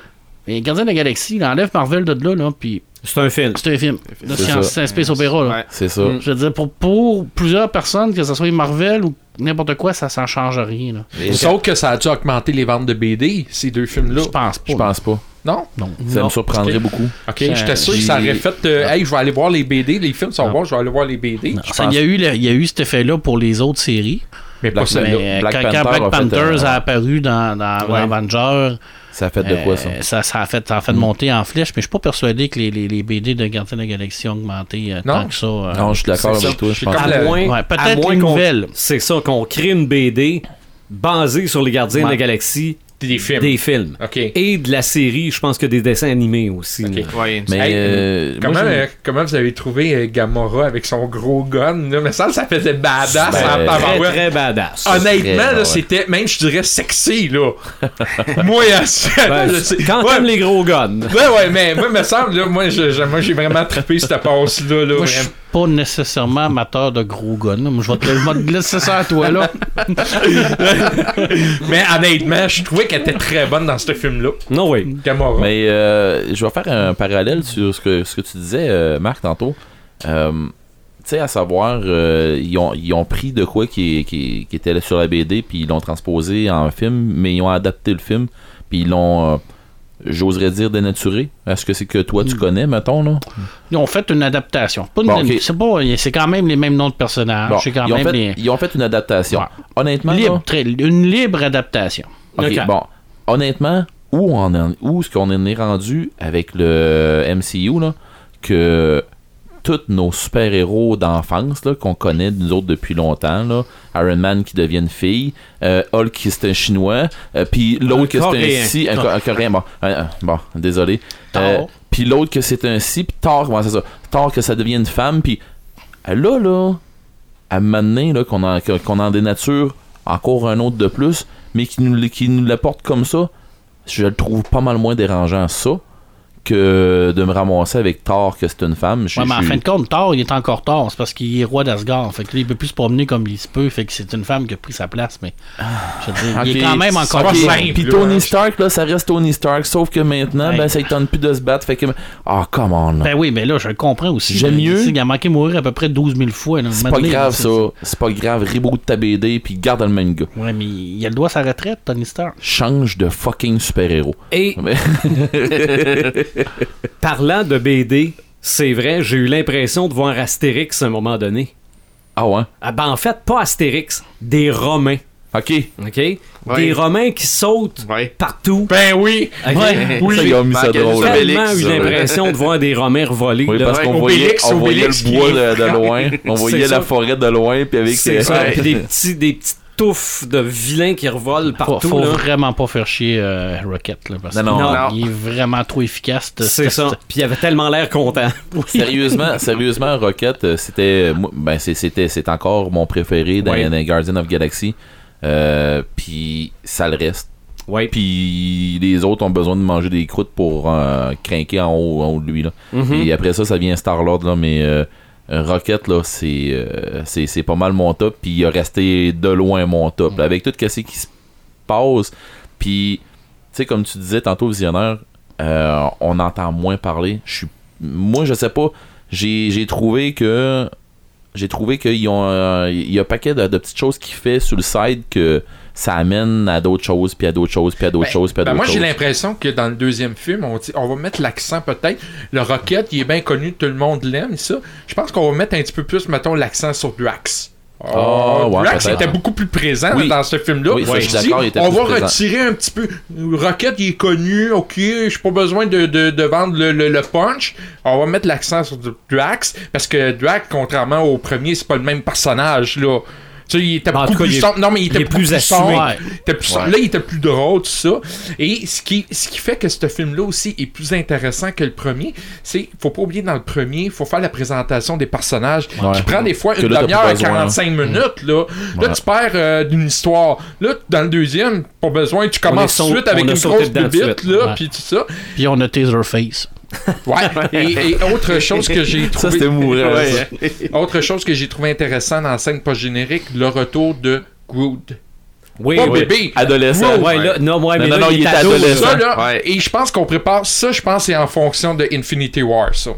B: mais Gardien de la Galaxie il enlève Marvel de là, là puis
A: C'est un film.
B: c'est un film de
C: C'est
B: science
C: ça.
B: c'est un space opéra là.
E: Ouais.
C: C'est ça.
D: Mm.
B: Je veux dire, pour, pour plusieurs personnes, que ce soit Marvel ou n'importe quoi, ça s'en change rien. là.
D: Sauf que ça a dû augmenter les ventes de BD, ces deux films-là.
B: Je pense pas.
C: Je pense pas.
D: Non?
B: Non.
C: Ça
A: Non.
C: me surprendrait
D: Ok.
C: beaucoup.
D: Ok,
B: Ça-
D: j'étais sûr que ça aurait fait. euh, Hey, je vais aller voir les BD, les films sont
B: Non.
D: bons, je vais aller voir les BD.
B: Non, ça, Il y, a eu le- il y a eu cet effet-là pour les autres séries.
D: Mais pas
C: Black
D: celle-là.
C: Là,
B: mais euh,
C: Black
B: quand, quand
C: Panther
B: Black
C: a fait,
B: Panthers
C: euh,
B: a apparu dans, dans,
D: Ouais.
B: dans Avenger,
C: Ça a fait de quoi, ça? Mm.
B: euh, ça, ça a fait, ça a fait monter en flèche, mais je suis pas persuadé que les, les, les BD de Gardien de la Galaxie ont augmenté euh,
D: Non.
B: tant que ça. euh.
C: Non, je suis d'accord
D: c'est ça.
C: avec toi. Je
D: J'ai
C: pense
D: comme
A: À
C: que-
D: le-
A: moins,
B: Ouais, peut-être
A: à moins
B: une
A: qu'on-
B: nouvelle.
A: C'est ça, qu'on crée une BD basée sur les gardiens de la galaxie
D: Des films.
A: des films.
D: Ok.
A: Et de la série, je pense que des dessins animés aussi. là.
E: Ouais,
C: Mais
D: Hey,
C: euh,
D: Comment,
C: moi, j'ai-
D: euh, comment vous avez trouvé euh, Gamora avec son gros gun? Là? Mais ça, ça faisait badass
C: Ben,
D: en
A: Très,
D: tabarouette.
A: très badass.
C: Très,
D: Honnêtement, là,
C: ouais.
D: c'était même, je dirais, sexy, là. moi, à ça,
A: Ben,
D: je sais-
A: quand
D: ouais,
A: t'aimes les gros guns.
D: Ouais, ouais, mais moi, me semble, là, moi, je- je- moi, j'ai vraiment trippé cette passe-là. Là,
B: Moi, je suis pas
D: vraiment.
B: nécessairement amateur de gros guns. là. Moi, Je vais te, je vais te laisser ça à toi, là.
D: mais honnêtement, je trouvais qu'elle était très bonne dans ce film-là.
A: Non, oui.
D: Gamora.
C: Mais euh, je vais faire un parallèle sur ce que, ce que tu disais, euh, Marc, tantôt. Euh, tu sais, à savoir, euh, ils, ont, ils ont pris de quoi qui, est- qui, est- qui était sur la BD, puis ils l'ont transposé en film, mais ils ont adapté le film, puis ils l'ont, euh, j'oserais dire, dénaturé. Est-ce que c'est que toi,
B: Hmm.
C: tu connais, mettons, là?
B: Ils ont fait une adaptation. Pas une-
C: Bon, ok.
B: C'est pas, c'est quand même les mêmes noms de personnages.
C: Bon,
B: c'est Ah, quand
C: ils, ont
B: même
C: fait,
B: les-
C: ils ont fait une adaptation.
B: Ouais.
C: Honnêtement, là,
B: Libre, très- une libre adaptation.
C: Ok,
A: Ok.
C: bon. Honnêtement, où on en- où est-ce qu'on en est rendu avec le MCU là que tous nos super-héros d'enfance là, qu'on connaît nous autres depuis longtemps là, Iron Man qui devient une fille, euh, Hulk qui c'est un chinois, euh, puis l'autre que c'est
A: Coréen.
C: un si, un, co- un coréen bon, un- un- bon, désolé.
B: Thor.
C: Euh, puis l'autre que c'est un si, puis tard, comment c'est ça Tard que ça devient une femme, puis là là à m'amener là, qu'on en, que- qu'on en dénature encore un autre de plus, mais qui nous, qui nous l'apporte comme ça, je le trouve pas mal moins dérangeant ça que de me ramasser avec Thor que c'est une femme. Je-
B: Ouais, mais en
C: je-
B: fin de compte, Thor, il est encore Thor. C'est parce qu'il est roi d'Asgard. Fait que là, il peut plus se promener comme il se peut. Fait que c'est une femme qui a pris sa place. Mais je veux dire, il est
C: Ah, Ok,
B: quand même encore
D: va
C: ok,
B: Thor.
D: simple,
C: Puis
D: là,
C: Tony
D: hein.
C: Stark, là, ça reste Tony Stark, sauf que maintenant,
B: Ouais.
C: ben, ça ne tente plus de se battre. Fait que. Ah, come on, là.
B: Ben oui, mais là, je le comprends aussi.
C: J'aime
B: Il-
C: mieux.
B: Il a manqué de mourir à peu près 12 000 fois. là.
C: C'est
B: Un
C: pas
B: moment
C: grave,
B: donné,
C: ça. C'est pas grave. Reboot ta BD, puis garde le même gars.
B: Ouais, mais il a le doigt à sa retraite, Tony Stark.
C: Change de fucking super-héros.
A: Et
C: Mais-
A: parlant de BD, c'est vrai, j'ai eu l'impression de voir Astérix à un moment donné.
C: Ah ouais?
A: Ah ben en fait, pas Astérix, des Romains.
C: Ok.
A: OK? Des Romains qui sautent
E: Ouais.
A: partout.
D: Ben oui!
A: OK?
B: Ouais.
C: Ça, ils ont mis ça
E: Marc,
C: drôle.
E: Elisabeth.
A: tellement
E: Obélix,
A: eu
E: ouais.
A: l'impression de voir des Romains revoler.
C: Oui,
A: là.
C: parce qu'on voyait,
D: Obélix,
C: on voyait
D: Obélix
C: le bois
D: qui-
C: de, de loin, on
A: C'est
C: voyait
A: ça.
C: la forêt de loin, puis avec
A: C'est
C: euh,
A: ça.
E: Ouais.
A: Puis des, petits, des petites touffes de vilains qui revolent
B: Faut,
A: partout.
B: faut
A: là.
B: vraiment pas faire chier euh, Rocket. Là, parce
C: Non,
B: que
C: non,
A: Non.
B: il est vraiment trop efficace. de-
A: C'est ça. Puis il avait tellement l'air content.
C: Sérieusement, sérieusement, Rocket, euh, c'était, moi, ben c'est- c'était, c'est encore mon préféré dans,
A: Ouais.
C: dans Guardian of Galaxy. Euh, puis ça le reste.
A: Ouais.
C: Puis les autres ont besoin de manger des croûtes pour euh, crinquer en haut, en haut de lui là. Et après ça, ça vient Star Lord là, mais euh, Rocket là, c'est, euh, c'est, c'est pas mal mon top. Puis il a resté de loin mon top. là. avec tout ce qui se passe, puis tu sais comme tu disais tantôt visionnaire, euh, on entend moins parler. Je suis, moi je sais pas. J'ai, j'ai trouvé que j'ai trouvé qu'ils ont euh, il y a un paquet de, de petites choses qui fait sur le side que ça amène à d'autres choses puis à d'autres choses puis à d'autres
D: Ben,
C: choses puis à
D: ben
C: d'autres
D: moi, j'ai
C: choses.
D: l'impression que dans le deuxième film, on, dit, on va mettre l'accent peut-être. Le Rocket, il est bien connu, tout le monde l'aime, ça. Je pense qu'on va mettre un petit peu plus, mettons, l'accent sur Drax. Oh,
C: Ah, ouais,
D: Drax
C: peut-être.
D: était beaucoup plus présent
C: Oui.
D: dans ce film-là.
C: Oui, ça, je suis
D: Je dis,
C: d'accord, il était
D: on
C: plus
D: va
C: présent.
D: retirer un petit peu. Rocket, il est connu, ok, j'ai pas besoin de, de- de vendre le, le- le punch. On va mettre l'accent sur Drax, parce que Drax, contrairement au premier, c'est pas le même personnage, là. Tu sais, il était
A: Ben, en
D: beaucoup
A: tout cas,
D: plus
A: il est-
D: sombre. Non, mais il
A: il
D: était
A: est
D: beaucoup
A: plus
D: plus
A: assumé.
D: sombre.
B: Ouais.
D: Il était plus sombre.
C: Ouais.
D: Là, il était plus drôle, tout ça. Et ce qui, ce qui fait que ce film-là aussi est plus intéressant que le premier, c'est, faut pas oublier, dans le premier, faut faire la présentation des personnages qui
C: Ouais.
D: prend des fois
C: Que
D: une
C: là, t'as
D: demi-heure
C: pas
D: à
C: besoin,
D: 45 minutes. Là, là
C: Ouais.
D: tu perds euh, d'une histoire. Là, dans le deuxième, pas besoin, tu commences
A: est
D: tout
A: sau-
D: de suite avec
A: on a
D: une
A: sauté
D: grosse
A: dedans tout de
D: bibite,
A: suite.
D: là,
A: Ouais.
D: puis tout ça.
B: Puis on a Taserface.
D: Ouais. et, et autre chose que j'ai trouvé...
C: Ça, c'était mourir.
E: Ouais.
D: Autre chose que j'ai trouvé intéressant dans la scène post-générique, le retour de Groot.
A: Oui,
D: Pas
A: oui.
D: bébé!
C: Adolescent.
A: Ouais, ouais, là, non, ouais,
C: Non,
A: mais
C: non,
A: là,
C: non,
A: il,
C: il
A: est
C: est
A: ado,
C: adolescent.
A: ça.
D: Ça, là,
E: Ouais.
D: et je pense qu'on prépare ça, je pense, c'est en fonction de Infinity War, ça.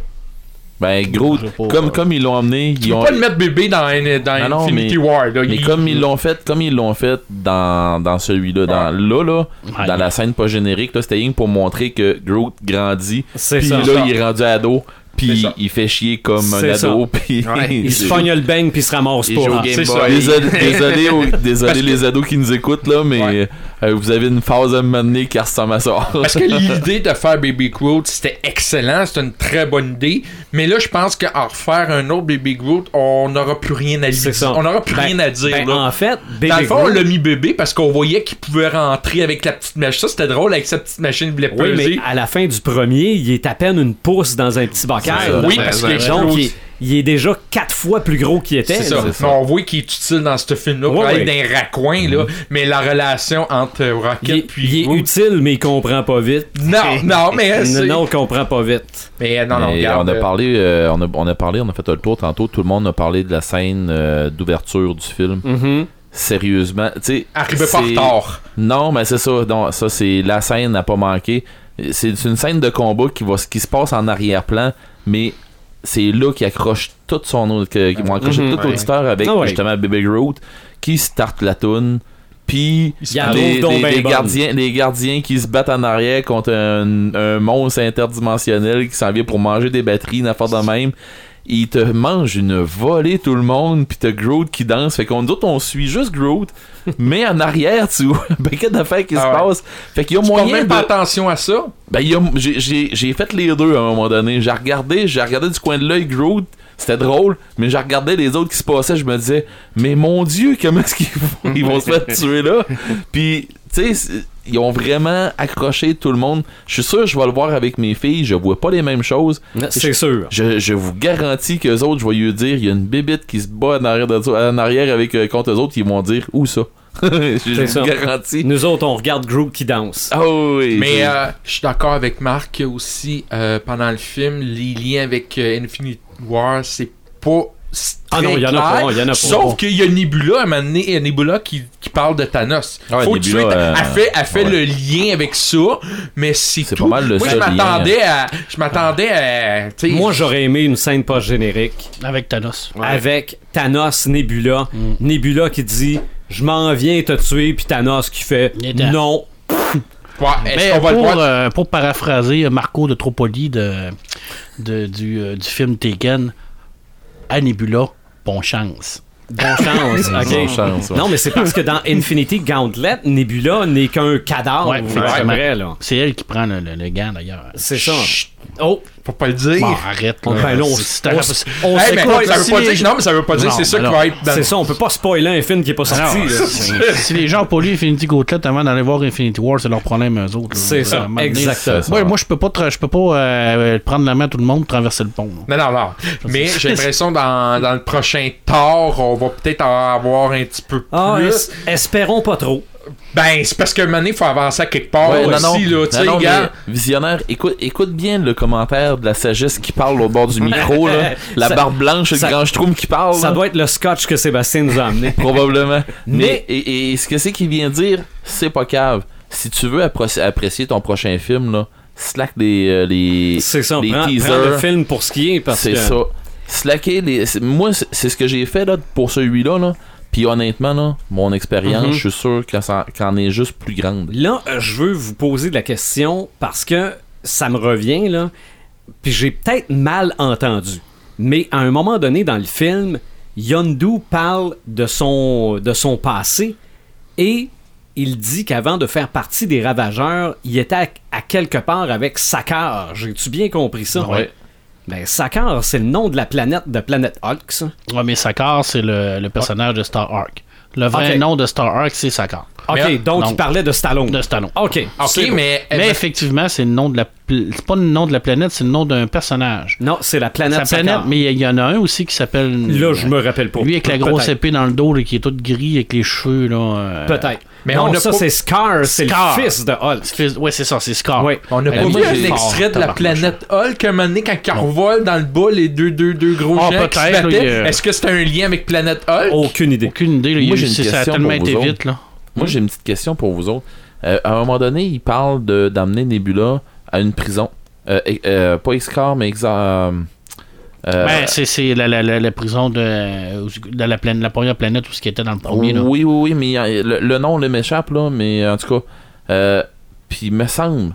C: Ben, gros,
B: Je sais pas,
C: comme,
B: euh,
C: comme ils l'ont emmené, ils
D: Tu peux
C: ont.
D: pas le mettre bébé dans, dans
C: Non, non,
D: Infinity
C: mais-
D: War, là.
C: Mais
D: Il-
C: comme ils l'ont fait, comme ils l'ont fait dans, dans celui-là, dans là, là,
B: Ouais.
C: dans la scène pas générique, là, c'était rien que pour montrer que Groot grandit,
A: C'est
C: puis
A: ça.
C: là il est rendu ado,
D: C'est
C: puis
D: ça.
C: il fait chier comme un
A: C'est
C: ado, puis
E: Ouais.
A: Il se pogne le bang puis il se ramasse
E: Il joue au
A: pas.
E: Game
D: c'est
E: Boy.
C: Désolé, désolé, aux- désolé les ados qui nous écoutent là, mais
D: Ouais.
C: euh, vous avez une phase à mener qui ressemble à ça.
D: Parce que l'idée de faire Baby Groot, c'était excellent, c'était une très bonne idée. Mais là, je pense qu'en refaire un autre Baby Groot, on n'aura plus rien à
A: C'est
D: dire.
A: ça.
D: On n'aura plus
A: Ben,
D: rien à dire.
A: ben,
D: là.
A: en fait, bébé
D: Dans le fond, on
A: Groot-
D: l'a mis bébé parce qu'on voyait qu'il pouvait rentrer avec la petite machine. Ça, c'était drôle avec sa petite machine, il voulait
A: Oui,
D: peser.
A: mais à la fin du premier, il est à peine une pouce dans un petit
E: C'est
A: bocal.
E: ça.
A: là.
D: Oui, parce
E: Ouais,
D: que
E: ouais,
A: Donc,
D: Claude-
A: il est, il est déjà quatre fois plus gros qu'il était.
D: C'est
A: là.
D: ça.
C: c'est ça.
D: Mais on voit qu'il est utile dans ce film-là pour
A: Ouais,
D: aller
A: ouais.
D: dans les raccoins, là. Mais la relation entre euh,
A: Il
D: Rocket
A: est,
D: puis
A: il est
D: Groot-
A: utile, mais il comprend pas vite.
D: Non, non, mais
A: Non,
D: c'est-
A: non, il comprend pas vite.
D: Mais euh, non, non,
C: Mais
D: regarde,
C: on a
D: euh,
C: parlé, euh, on, a, on a parlé, on a fait le tour tantôt. Tout le monde a parlé de la scène euh, d'ouverture du film.
D: Mm-hmm.
C: Sérieusement, tu sais,
D: Arrivez pas en
C: c'est-
D: retard.
C: Non, mais c'est ça. Donc, ça, c'est la scène n'a pas manqué. C'est une scène de combat qui va ce qui se passe en arrière-plan, mais c'est là qui accroche tout son autre que- qui vont accrocher
A: Mhm.
C: tout l'auditeur avec
A: Ah ouais.
C: justement Baby Groot qui starte la toune. Puis
A: Il se la trouve
C: les,
A: donc
C: les-
A: ben
C: les
A: bonne.
C: gardiens, les gardiens qui se battent en arrière contre un, un monstre interdimensionnel qui s'en vient pour manger des batteries, une affaire de même. Il te mange une volée tout le monde, puis t'as Groot qui danse. Fait qu'on nous autres, on suit juste Groot, mais en arrière, tu vois, ben, un paquet d'affaires qui
D: Ah
C: se
D: ouais.
C: passe. Fait qu'il y a
D: Tu portes
C: moyen
D: même
C: de.
D: pas attention à ça.
C: Ben, il y a- j'ai- j'ai j'ai fait les deux à un moment donné. J'ai regardé, j'ai regardé du coin de l'œil Groot. C'était drôle, mais j'ai regardé les autres qui se passaient, je me disais, mais mon Dieu, comment est-ce qu'ils vont, ils vont se faire tuer là? Puis, tu sais, c'est- ils ont vraiment accroché tout le monde. Je suis sûr, je vais le voir avec mes filles, je vois pas les mêmes choses.
A: C'est sûr.
C: Je, je vous garantis qu'eux autres, je vais lui dire, il y a une bébite qui se bat en arrière, de, en arrière avec, euh, contre eux autres, ils vont dire, où ça? je vous
A: ça.
C: garantis.
A: Nous autres, on regarde Groot qui danse.
C: Ah oui!
D: Mais
C: c'est-
D: euh, je suis d'accord avec Marc aussi euh, pendant le film, les liens avec euh, Infinity War, c'est pas s-
A: Ah
D: très
A: non, il y en a
D: clair.
A: pas, il y en a pas.
D: Sauf qu'il y a Nebula, à un moment donné, il y a Nebula qui, qui parle de Thanos.
A: Ah
C: Ouais,
D: Faut
C: Nebula,
D: tuer-
C: euh,
D: elle fait, elle fait le
C: ouais.
D: lien avec ça, mais c'est
C: C'est
D: tout.
C: pas mal le
D: Moi, je
C: seul lien.
D: m'attendais à, je m'attendais à, tu sais,
A: Moi, j'aurais aimé une scène post-générique
B: Avec Thanos.
A: avec Thanos, Nebula. Nebula qui dit Je m'en viens te tuer, puis Thanos qui fait
B: Il est dedans.
A: Non.
D: ouais, est-ce
B: Mais
D: qu'on va le
B: pour,
D: voir?
B: euh, pour paraphraser Marco de Tropoli de, de- du, euh, du film Taken, à Nebula, bon chance.
A: Bon chance. ok.
C: Bonne chance, ouais.
A: Non, mais c'est parce que dans Infinity Gauntlet, Nebula n'est qu'un cadavre.
B: Ouais,
A: c'est
B: effectivement.
A: vrai, là.
B: C'est elle qui prend le, le, le gant d'ailleurs.
A: C'est ça.
D: Chut,
A: Oh,
D: faut pas le dire.
B: Bon, arrête.
A: Bon,
B: là.
A: ben là, on-
B: C'est un-
A: on-
B: c'est-
A: on
D: Hey,
A: sait
D: mais
A: quoi,
D: ça veut
A: si
D: pas
A: les-
D: dire, non, mais ça veut pas dire,
B: Non,
D: c'est ça
B: mais
D: qui
B: non.
D: va être dans
A: C'est ça, on peut pas spoiler un film qui est pas
B: Alors,
A: sorti. là.
B: Ah c'est- si les gens ont pas lu Infinity Gauntlet avant d'aller voir Infinity War, c'est leur problème eux autres. là.
A: C'est
B: À un
A: ça,
B: moment donné,
A: exactement.
C: ça.
B: euh, Ouais, moi je peux pas tra- je peux pas euh, prendre la main à tout le monde traverser le pont. là.
D: Non, non, non. Mais j'ai l'impression dans, dans le prochain Thor, on va peut-être en avoir un petit peu plus.
A: Ah, es- espérons pas trop.
D: Ben, c'est parce que il faut avancer à quelque
A: Ah
D: part
C: Ouais,
D: aussi, là. Tu sais,
C: non, non,
D: gars.
C: mais visionnaire, écoute, écoute bien le commentaire de la sagesse qui parle au bord du micro, là. La
A: Ça-
C: barbe blanche, le
A: ça-
C: grand schtroumpf qui parle.
A: Ça
C: là,
A: doit être le scotch que Sébastien nous a amené.
C: Probablement.
A: Mais-
C: Mais, et, et ce que c'est qu'il vient dire, c'est pas cave. Si tu veux appro- apprécier ton prochain film, là, slack des, euh, les,
A: C'est ça, on
C: les
A: prend, prend le
C: teasers.
A: film pour ce qui est parce
C: C'est
A: que
C: ça. Slacker les. c'est- Moi, c'est c'est ce que j'ai fait là, pour celui-là. Là. Puis honnêtement, là, mon expérience,
A: Mhm.
C: je suis sûr qu'elle s'en- qu'elle en est juste plus grande.
A: là, euh, je veux vous poser de la question parce que ça me revient là, puis j'ai peut-être mal entendu. Mais à un moment donné dans le film, Yondu parle de son de son passé et il dit qu'avant de faire partie des Ravageurs, il était à, à quelque part avec Sakaar. J'ai-tu bien compris ça?
C: Ouais.
A: Ben, Sakar, c'est le nom de la planète de Planète Hulk, ça.
B: Ouais, mais Sakar, c'est le, le personnage de Star Arc. Le vrai
A: Ok.
B: nom de Star Arc, c'est Sakar.
A: Ok,
D: Mais-
A: donc
B: non.
A: il parlait de Stallone.
B: De Stallone.
A: Ok, c'est
D: Ok,
A: bon.
D: mais.
B: Mais effectivement, c'est le nom de la. pl- C'est pas le nom de la planète, c'est le nom d'un personnage.
A: Non, c'est la
B: Sa
A: planète
B: planète,
A: Sakar.
B: mais il y, en a un aussi qui s'appelle.
A: Là, je me rappelle pas.
B: Lui avec la
A: Peut-être.
B: grosse épée dans le dos, là, qui est toute gris avec les cheveux, là. euh,
A: Peut-être. Mais
D: Mais
A: non,
D: on a
A: ça,
D: pas-
A: c'est Scar, c'est
B: Scar.
A: le fils de Hulk.
B: fils- Ouais, c'est ça, c'est Scar.
A: Ouais.
D: On n'a
B: Euh,
D: pas
B: lui,
D: vu
B: il
D: un
B: est
D: extrait
B: fort,
D: de la
B: tabarnak.
D: planète Hulk un moment donné quand il revole dans le bas les deux, deux, deux gros
B: Ah,
D: jets qui se
B: peut-être,
D: battaient.
B: oui, euh.
D: Est-ce que c'était un lien avec planète Hulk?
C: Oh.
A: Aucune idée.
B: Aucune idée, là, il y a
C: Moi,
B: eu-
C: j'ai une
B: c'est- ça a
C: question
B: tellement
C: pour
B: été
C: vous
B: vite, là.
C: Moi, j'ai une petite question pour vous autres. Euh, à un moment donné, il parle de- d'amener Nebula à une prison. Euh, eh, euh, pas Excar, mais Exa. euh, euh,
B: Ben, c'est- c'est la, la, la, la prison de, euh, de la, planète, la première planète où ce qui était dans le premier,
A: Oh.
B: là.
C: Oui, oui, oui, mais euh, le, le nom là, m'échappe, là, mais en tout cas. euh, Puis, il me semble,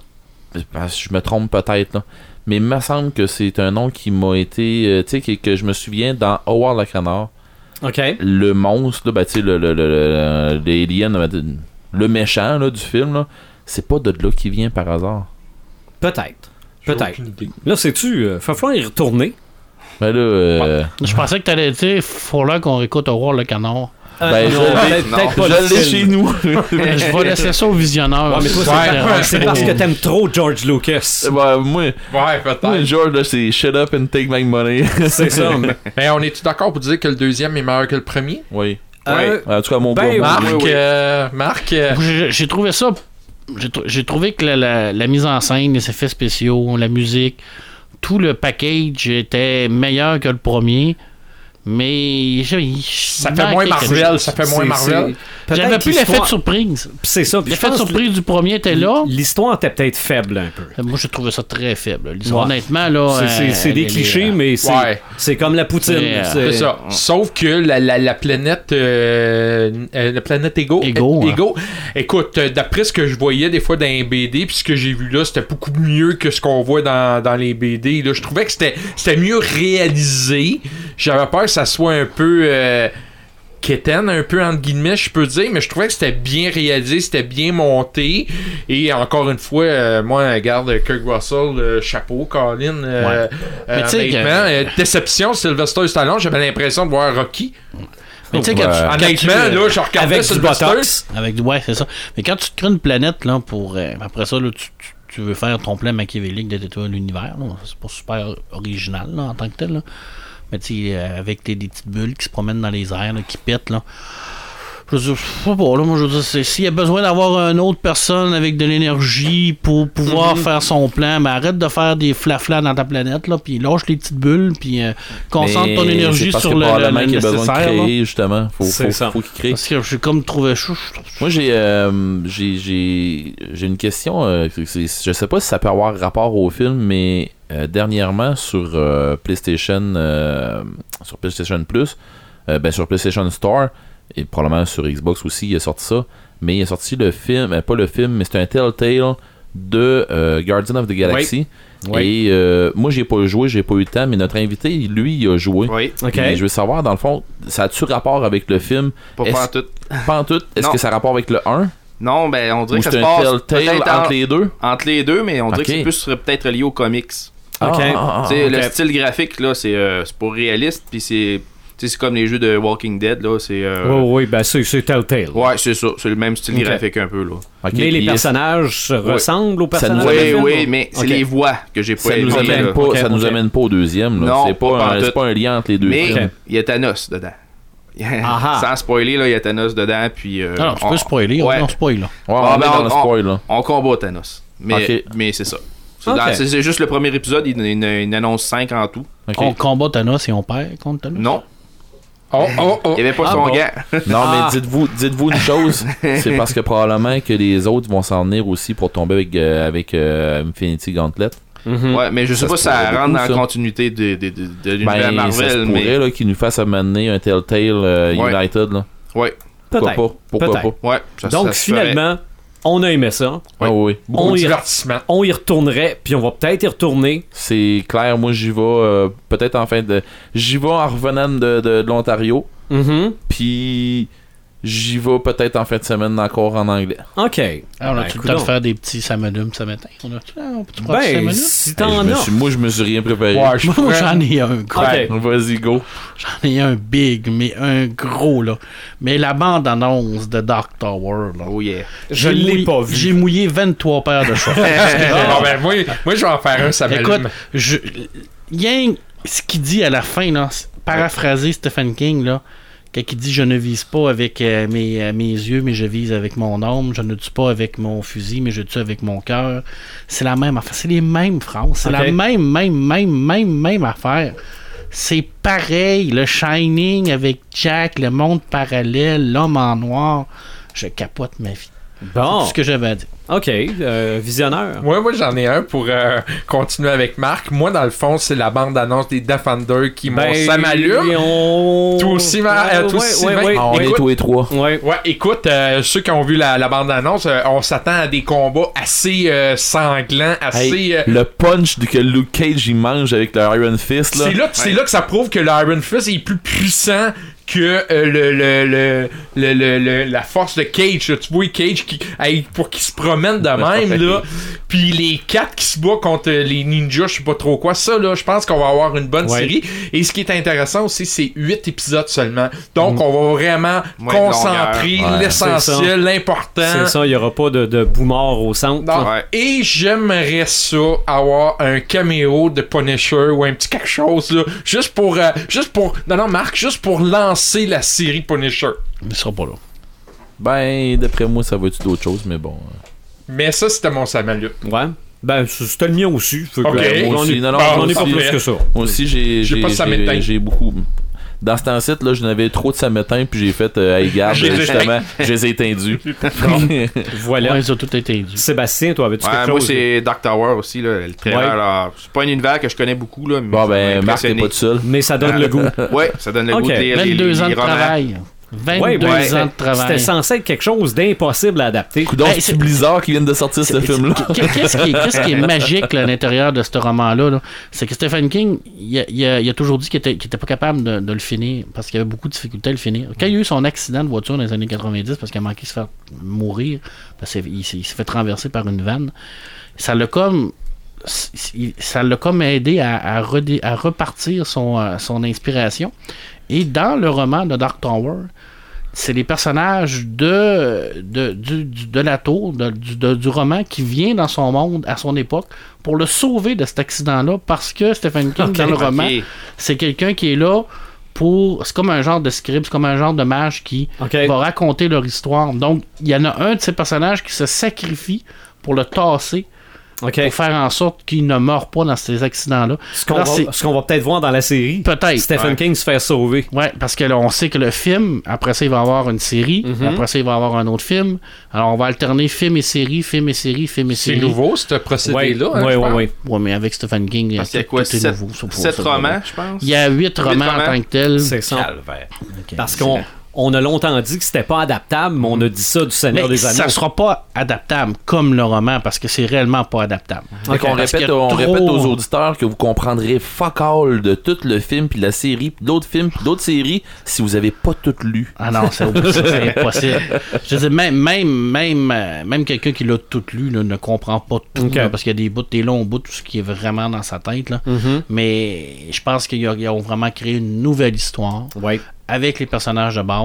C: parce que je me trompe peut-être, là, mais il me semble que c'est un nom qui m'a été. euh, tu sais, que, que je me souviens dans Howard le Canard,
A: Ok.
C: le monstre, là, ben, tu sais, le, le, le, le- les aliens, ben, le méchant là, du film, là, c'est pas de là qui vient par hasard.
A: Peut-être.
D: J'ai
A: Peut-être.
D: aucune idée.
A: Là, sais-tu, euh, faut falloir y retourner.
C: Mais là, euh,
B: Je pensais que t'allais dire, faut là qu'on réécoute au roi le canard.
A: Euh,
C: Ben,
A: non,
C: je l'ai-
A: peut-être-
E: non.
A: peut-être pas le
C: je l'ai
A: film.
C: chez nous.
B: je vais laisser ça au visionneur.
A: Ouais, mais toi, c'est
B: Ouais.
A: parce-
D: Ouais.
A: c'est parce que t'aimes trop George Lucas.
C: Ben, moi,
D: Ouais, peut-être.
C: moi, George, là, c'est shut up and take my money.
A: C'est ça. mais-
D: Mais on est-tu d'accord pour dire que le deuxième est meilleur que le premier?
C: oui.
A: Euh,
C: En tout cas, mon
A: Ben,
C: gars,
D: Marc,
C: mon-
E: oui, oui.
D: euh, Marc, euh,
B: J'ai- J'ai trouvé ça. j'ai tr- J'ai trouvé que la, la- la mise en scène, les effets spéciaux, la musique, tout le package était meilleur que le premier. Mais je- il-
D: ça
B: il
D: fait
B: manquait
D: moins
B: quelque
D: Marvel, ça fait moins
A: c'est-
D: Marvel.
A: c'est-
B: J'avais
A: peut-être
B: plus l'effet de
A: l'histoire-
B: surprise.
A: C'est ça. puis je
B: L'effet de
A: pense que
B: surprise du premier était là.
A: L'histoire était peut-être faible un peu.
B: Moi, je trouvais ça très faible. L'histoire,
A: Ouais.
B: Honnêtement, là.
A: C'est-
B: euh,
A: c'est- c'est des
B: les-
A: clichés,
B: les-
A: mais c'est
D: Ouais.
A: c'est comme la poutine.
B: Mais, euh,
D: C'est ça. Sauf que la, la, la planète euh, euh, la planète Ego,
B: Ego,
D: euh, Ego. écoute, euh, d'après ce que je voyais des fois dans les BD, puis ce que j'ai vu là, c'était beaucoup mieux que ce qu'on voit dans, dans les BD. Là, je trouvais que c'était c'était mieux réalisé. J'avais peur que ça soit un peu euh, quétaine, un peu entre guillemets, je peux dire, mais je trouvais que c'était bien réalisé, c'était bien monté. Et encore une fois, euh, moi, regarde Kirk Russell, euh, chapeau, Colin. euh, euh,
B: Mais tu sais
D: honnêtement,
B: que-
D: euh, déception, Sylvester Stallone, j'avais l'impression de voir Rocky.
B: Mais tu sais, quand tu-
C: Ouais.
B: quand tu-
D: Honnêtement, là, je regardais
A: Avec du
D: Sylvester.
A: botox.
B: Avec du- ouais, c'est ça. Mais quand tu te crées une planète là pour euh, après ça là, tu, tu- tu veux faire ton plan machiavélique de détruire l'univers, là. c'est pas super original là, en tant que tel. là. Mais tu sais, euh, avec tes- des petites bulles qui se promènent dans les airs, là, qui pètent là. Je veux dire, je sais pas, là, moi je veux dire, c'est- s'il y a besoin d'avoir une autre personne avec de l'énergie pour pouvoir
C: Mm-hmm.
B: faire son plan, mais arrête de faire des flaflas dans ta planète, là, puis lâche les petites bulles, puis euh, concentre
C: Mais
B: ton
C: c'est
B: énergie
C: parce
B: sur
C: que
B: le,
C: probablement
B: le- le
C: qu'il y a besoin de
B: nécessaire, là.
C: créer, justement. Faut,
A: C'est
C: faut,
A: ça.
C: faut qu'il crée.
B: Parce que j'ai comme trouvé, je- je- je-
C: Moi, j'ai euh, j'ai- j'ai j'ai une question. euh, c'est- c'est- je sais pas si ça peut avoir rapport au film, mais euh, dernièrement sur euh, PlayStation, euh, sur PlayStation Plus, euh, ben sur PlayStation Store et probablement sur Xbox aussi, il a sorti ça. Mais il a sorti le film, euh, pas le film, mais c'est un Telltale de euh, Guardian of the Galaxy.
A: Oui.
C: Et euh, moi, j'ai pas joué, j'ai pas eu le temps, mais notre invité, lui, il a joué.
E: Oui,
A: Ok.
C: Puis je veux savoir, dans le fond, ça a-tu rapport avec le film
E: pas
C: Est-ce-
E: faire tout.
C: Pas en tout. Est-ce
E: Non.
C: que ça a rapport avec le 1
E: Non, ben on dirait
C: ou
E: que ça
C: c'est
E: se
C: un
E: passe
C: telltale
E: peut-être en-
C: entre les deux?
E: entre les deux, mais on dirait
C: Ok.
E: que c'est plus euh, peut-être lié aux comics.
C: Ah,
A: Ok.
E: Tu sais,
A: ok.
E: Le style graphique, là, c'est euh, c'est pas réaliste, puis c'est tu sais, c'est comme les jeux de Walking Dead, là, c'est... euh,
A: Oui, oui, ben c'est c'est Telltale.
E: Ouais, c'est ça, c'est le même style
A: Ok.
E: graphique un peu, là.
C: Ok,
A: mais les
C: puis
A: personnages se ressemblent aux
C: Ça
A: personnages.
C: nous
A: du
E: Oui,
A: film,
E: oui,
A: ou-
E: mais c'est
A: Ok.
E: les voix que j'ai pas
C: Ça nous
E: aimées,
A: Ok,
C: amène
E: là.
C: pas, ça
A: ok,
C: nous
A: ok.
C: amène pas au deuxième. là.
E: Non,
C: c'est
E: pas
C: pas, un-
E: en
C: c'est
E: tout.
C: pas un lien entre les deux.
E: Mais
A: Ok.
E: il y a Thanos dedans.
A: Aha.
E: Sans spoiler, là, il y a Thanos dedans, puis... euh,
B: Ah Non, non, tu peux
E: on-
B: spoiler, on-
E: ouais.
B: on spoil là.
C: Ouais, on
E: Ah,
C: est
E: ben,
C: dans
E: on-
C: le spoil. là.
E: On combat Thanos. Mais,
C: Ok.
E: mais c'est ça. C'est
A: Ok.
E: dans- C'est c'est juste le premier épisode, il, il- il annonce 5 en tout.
C: Ok.
B: On combat Thanos et on perd contre
A: Mm.
B: Thanos.
E: Non,
D: Oh, oh, oh.
E: il n'y avait pas
A: Ah,
E: son
A: bon.
E: gant.
C: Non,
A: Ah.
C: mais dites-vous dites-vous une chose. c'est parce que probablement que les autres vont s'en venir aussi pour tomber avec, euh, avec euh, Infinity Gauntlet.
A: Mhm.
E: Ouais, mais je sais
C: Ça
E: pas
C: se
E: si ça
C: pourrait
E: rentre
C: beaucoup,
E: dans la
C: ça.
E: continuité de, de, de, de l'univers
C: Ben, ça se
E: Marvel,
C: pourrait
E: mais.
C: là, qu'ils nous fassent amener un Telltale euh,
E: Ouais.
C: United. Là.
E: Ouais,
C: Pourquoi
A: Peut-être.
C: pas? Pourquoi
A: Peut-être.
C: pas?
E: ouais. ça-
A: Donc
E: ça se
A: finalement, on a aimé ça.
C: Ah oui.
D: Beaucoup
A: on
D: de
A: y-
D: divertissement.
A: On y retournerait, puis on va peut-être y retourner.
C: C'est clair, moi j'y vais euh, Mm-hmm. peut-être en fin de. J'y vais en revenant de, de, de l'Ontario.
A: Mhm.
C: Puis J'y vais peut-être en fin de semaine encore en anglais.
A: Ok.
B: Ah, on a
A: Ben,
B: tout le temps de
A: coudonc.
B: faire des petits samedums ce matin. On a tout le temps. Tu
A: Ben, si
C: Hey, Eh, je
A: t'en
C: me
A: as.
C: suis- moi, je me suis rien préparé.
D: Ouais, je
B: Moi,
D: pourrais-
B: j'en ai un, gros.
A: Ok.
C: Vas-y, go.
B: J'en ai un big, mais un gros, là. Mais la bande-annonce de Dark Tower, là.
E: Oh yeah.
A: Je
B: J'ai
A: l'ai
B: mouillé-
A: pas vu.
B: J'ai mouillé 23 paires de shorts.
D: Ah, ben, moi, moi, je vais en faire un, ça
B: Écoute,
D: m'allume.
B: je, rien que ce qu'il dit à la fin, là, c'est- paraphrasé Stephen King, là, quand il dit Je ne vise pas avec euh, mes, euh, mes yeux, mais je vise avec mon âme. Je ne tue pas avec mon fusil, mais je tue avec mon cœur. C'est la même affaire. C'est les mêmes phrases. C'est
A: Ok.
B: la même, même, même, même, même affaire. C'est pareil. Le Shining avec Jack, le monde parallèle, l'homme en noir. Je capote ma vie. C'est
A: Bon.
B: tout ce que j'avais à dire.
A: Ok. euh, visionneur.
D: Ouais, moi j'en ai un pour euh, continuer avec Marc. Moi, dans le fond, c'est la bande-annonce des Daft Thunder qui m'ont
B: Ben,
D: ça m'allume.
A: on-
D: Toi aussi, Mar- euh,
A: Ben,
D: toi
A: Ouais,
D: aussi,
A: ouais,
D: Marc.
A: ouais.
D: Ah,
C: On est
D: Écoute-
C: tous les trois.
A: Ouais.
D: Ouais, écoute, euh, ceux qui ont vu la, la bande-annonce, euh, on s'attend à des combats assez euh, sanglants, assez.
C: Hey,
D: euh,
C: Le punch du- que Luke Cage il mange avec le Iron Fist là.
D: C'est là, que- c'est là que ça prouve que le Iron Fist est plus puissant que euh, le, le, le, le- le- le- la force de Cage. là. Tu vois Cage qui, hey, pour qu'il se promène de même là. Puis les quatre qui se battent contre euh, les ninjas, je sais pas trop quoi. Ça là, je pense qu'on va avoir une bonne
A: Ouais.
D: série. Et ce qui est intéressant aussi, c'est huit épisodes seulement. Donc on va vraiment
E: Moins de
D: concentrer
C: longueur. Ouais.
A: C'est ça.
D: l'essentiel, l'important.
A: C'est ça, il n'y aura pas de, de boomard au centre.
D: Hein? Non.
E: Ouais.
D: Et j'aimerais ça avoir un caméo de Punisher ou un petit quelque chose là, juste pour euh, juste pour non non Marc, juste pour lancer la série Punisher.
B: Ils seront pas là.
C: Ben d'après moi ça va être d'autres choses mais bon.
D: Mais ça c'était mon Samalu.
A: Ouais. Ben, c- c'était le mien aussi. Fait que,
D: Ok.
A: euh,
C: Moi
A: j'en
C: aussi.
A: ai-
C: Non, non,
A: j'en
D: moi
A: ai pas
D: aussi. hein.
A: plus que ça.
C: Moi aussi j'ai
D: J'ai
C: j'ai
D: pas de sametin.
C: j'ai- j'ai beaucoup. Dans ce temps-ci là, j'en avais trop de sametin puis j'ai fait euh, hey garde
D: Je les ai
C: justement, je les ai étendus.
A: Voilà.
B: Ouais, ils ont tout été dits.
A: Sébastien, toi, avais-tu
E: Ouais,
A: quelque
E: moi,
A: chose?
E: c'est Dark Tower aussi, là, le trailer.
A: Ouais.
E: là. C'est pas un univers que je connais beaucoup, là, mais
C: bon
E: ça m'a
C: ben Marc t'es
E: impressionné.
C: pas tout seul.
A: Mais ça donne le goût.
E: Ouais, ça donne le
A: Ok.
E: goût de lire les,
B: 22
E: les-
B: ans de
E: les romans.
B: travail. 22
A: Ouais, ouais.
B: ans de travail.
A: C'était censé être quelque chose d'impossible à adapter.
C: Coudon,
B: Hey,
C: c'est
B: c'est-
C: Blizzard qui vient de sortir ce film là.
B: Qu- Qu'est-ce qui, est- qu'est-ce qui est magique là, à l'intérieur de ce roman-là? là? C'est que Stephen King, il a, il a- il a toujours dit qu'il était, qu'il était pas capable de, de le finir parce qu'il avait beaucoup de difficultés à le finir. Quand il y a eu son accident de voiture dans les années 90 parce qu'il a manqué de se faire mourir, parce qu'il s'est- il s'est fait renverser par une vanne, ça l'a comme. c- Ça l'a comme aidé à, à redé- à repartir son, euh, son inspiration. Et dans le roman de Dark Tower, c'est les personnages de, de, du- du- de la tour, de- du, de- du roman, qui vient dans son monde à son époque pour le sauver de cet accident-là parce que Stephen King,
A: Ok.
B: dans le
E: Ok.
B: roman, c'est quelqu'un qui est là pour. C'est comme un genre de script, c'est comme un genre de mage qui
A: Ok.
B: va raconter leur histoire. Donc, il y en a un de ces personnages qui se sacrifie pour le tasser,
A: Ok.
B: pour faire en sorte qu'il ne meure pas dans ces accidents-là.
A: Ce qu'on
B: Là,
A: va,
B: c'est-
A: ce qu'on va peut-être voir dans la série,
B: Peut-être.
A: Stephen King se fait sauver.
B: Ouais, parce que là, on sait que le film, après ça, il va avoir une série, après ça, il va avoir un autre film. Alors, on va alterner film et série, film et série, film et
D: C'est
B: série.
D: nouveau ce hein, procédé là.
A: ouais, ouais, ouais.
B: Ouais, mais avec Stephen King,
E: Parce qu'il y a
B: tout-
E: quoi,
B: tout est
E: 7,
B: nouveau, ça, pour- ça,
E: romans, je pense?
B: Il y a huit romans en
E: romans.
B: tant que tels.
A: C'est ça. Parce qu'on on a longtemps dit que c'était pas adaptable, mais on a dit ça du Seigneur
B: Mais
A: des Anneaux.
B: ça sera pas adaptable comme le roman parce que c'est réellement pas adaptable.
C: Fait qu'on
B: Parce qu'il
C: répète,
B: y a
C: on
B: trop-
C: répète aux auditeurs que vous comprendrez fuck all de tout le film, puis la série, puis d'autres films, puis d'autres séries, si vous avez pas tout lu.
B: Ah non, c'est c'est impossible. Je dis même même même euh, même quelqu'un qui l'a tout lu là, ne comprend pas tout
A: Ok.
B: là, parce qu'il y a des bouts, des longs bouts, tout ce qui est vraiment dans sa tête là.
C: Mm-hmm.
B: Mais je pense qu'ils ont- ils ont vraiment créé une nouvelle histoire
A: Ouais.
B: avec les personnages de base.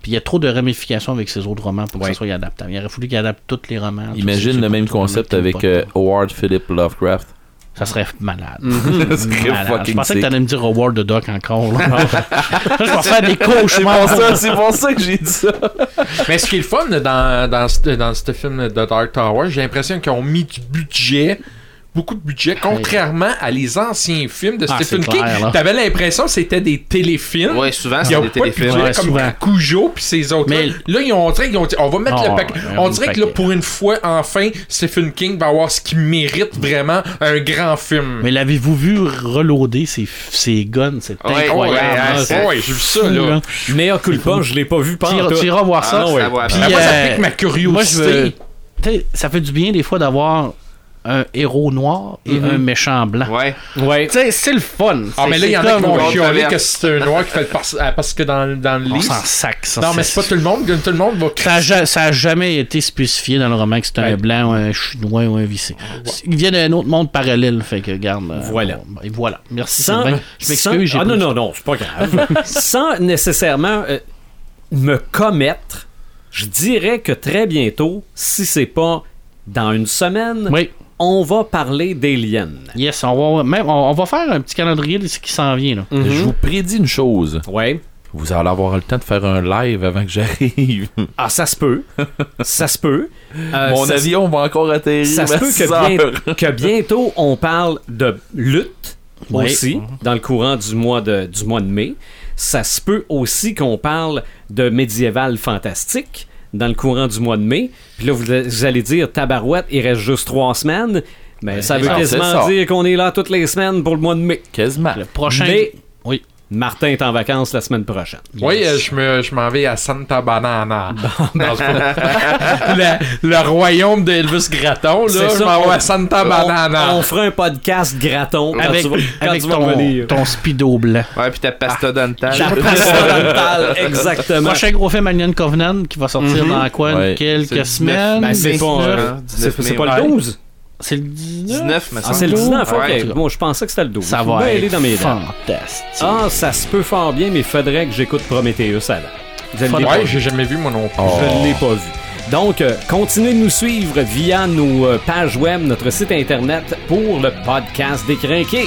B: Puis il y a trop de ramifications avec ces autres romans pour que
A: Ouais.
B: ça soit adaptable. Il aurait fallu qu'ils adaptent tous les romans. tous ces-
C: Imagine le
B: ces-
C: même
B: tous les
C: concept
B: mecs,
C: avec
B: tout.
C: euh, Howard Philip Lovecraft.
B: Ça serait malade.
C: Ça serait
B: Malade. Je
C: Mm-hmm. fucking
B: pensais que
C: sick.
B: t'allais me dire Howard the Duck encore. là. je vais faire des cauchemars.
C: C'est pour ça- C'est pour ça que j'ai dit ça.
D: Mais ce qui est le fun là, dans dans ce dans ce film de Dark Tower, j'ai l'impression qu'ils ont mis du budget beaucoup de budget contrairement à les anciens films de
B: Ah,
D: Stephen
B: c'est
D: King.
B: clair, là.
D: T'avais l'impression que c'était des téléfilms.
E: Ouais, souvent,
D: Ils
E: c'est
D: ont
E: des
D: pas de
E: téléfilms.
D: budget
B: Ouais,
D: comme
B: souvent.
D: Cujo puis ces autres
B: Mais-
D: là. Là, ils ont, on dirait qu'ils ont dit, on va mettre
B: Ah,
D: le paquet.
B: ouais,
D: on
B: le
D: dirait que là,
B: paquet.
D: pour une fois, enfin, Stephen King va avoir ce qu'il mérite vraiment, un grand film.
B: Mais l'avez-vous vu reloader ses, ses guns? C'est
E: Ouais,
B: incroyable.
E: ouais,
B: là.
E: ouais,
B: C'est
E: ouais,
D: j'ai vu ça,
B: fou,
D: là.
A: Meilleur coup de pas, je l'ai pas vu
B: Tu
A: pendant
B: iras- tu iras voir ça.
E: Ah,
A: ouais.
E: ça va
B: Puis,
E: après.
D: Moi, ça
B: euh,
D: pique ma
B: Moi, je veux-
D: curiosité.
B: tu sais, ça fait du bien des fois d'avoir un héros noir et un méchant blanc.
E: Ouais.
A: Ouais.
B: Tu sais, C'est le fun.
D: Mhm. Ah,
B: C'est-
D: mais là, il y en
B: c'est
D: a qui
B: comme-
D: vont
E: on
D: chialer
E: traverse.
D: que c'est un noir qui fait le parce- ah, parce que dans, dans le
B: On
D: livre.
B: s'en sac, ça.
D: Non, mais c'est pas tout le monde. Tout le monde va
B: Ça a, ja- ça a jamais été spécifié dans le roman que c'était
D: Ouais.
B: un blanc ou un chinois ou un vissé. Il vient d'un autre monde parallèle, fait que garde.
A: Voilà.
B: et voilà. Merci.
A: sans,
B: Sylvain. Je
A: sans-
B: m'excuse, j'ai
A: ah
B: pas
A: non,
B: eu-
A: non, non, c'est pas grave. sans nécessairement euh, me commettre, je dirais que très bientôt, si c'est pas dans une semaine,
B: Oui.
A: on va parler d'Alien.
B: Yes, on va, même, on, on va faire un petit calendrier de ce qui s'en vient.
A: Mm-hmm.
B: Là.
C: Je vous prédis une chose.
A: Ouais.
C: Vous allez avoir le temps de faire un live avant que j'arrive.
A: Ah, ça se peut. ça se peut. Euh,
C: Mon
A: ça se-
C: avion va encore atterrir.
A: Ça se
C: à
A: peut
C: six heures.
A: que, bien- que bientôt on parle de lutte
B: Oui.
A: aussi dans le courant du mois de, du mois de mai. Ça se peut aussi qu'on parle de médiéval fantastique dans le courant du mois de mai. Puis là, vous, vous allez dire tabarouette, il reste juste trois semaines. Mais ça veut
C: non, c'est
A: quasiment
C: ça.
A: dire qu'on est là toutes les semaines pour le mois de mai.
C: Quasiment.
B: Le prochain.
A: Mais-
B: Oui.
A: Martin est en vacances la semaine prochaine.
D: Oui, euh, je me- je m'en vais à Santa Banana. Non, c'est pas- le, le royaume d'Elvis Gratton,
A: C'est
D: là. Je
A: ça,
D: m'en
A: on-
D: vais à Santa Banana.
A: On, on fera un podcast graton quand
B: Avec,
A: tu vas, quand
B: avec
A: tu vas revenir.
B: ton, ton speedo blanc.
E: Ouais, puis ta pasta dentale.
A: La passe frontale, exactement.
B: Prochain gros film Alien Covenant qui va sortir
A: Mm-hmm.
B: dans quoi
C: Ouais.
B: quelques
E: C'est le 19.
B: semaines.
A: Ben, c'est pas,
E: hein,
A: euh,
E: 19
A: c'est- c'est
E: mai,
A: pas
E: ouais.
A: le 12.
B: C'est le 19.
E: 19, me
A: Ah,
E: semble.
A: c'est le 19, ok.
E: Ouais.
A: Bon, je pensais que c'était le 12.
B: Ça va
A: Ben,
B: être
A: aller dans mes dents.
B: fantastique.
A: Ah, ça se peut fort bien, mais faudrait que j'écoute Prometheus avant. Je ne l'ai pas
D: Ouais,
A: vu.
D: j'ai jamais vu mon nom.
B: Oh.
A: Je ne l'ai pas vu. Donc, euh, continuez de nous suivre via nos euh, pages web, notre site internet pour le podcast Décrinqué.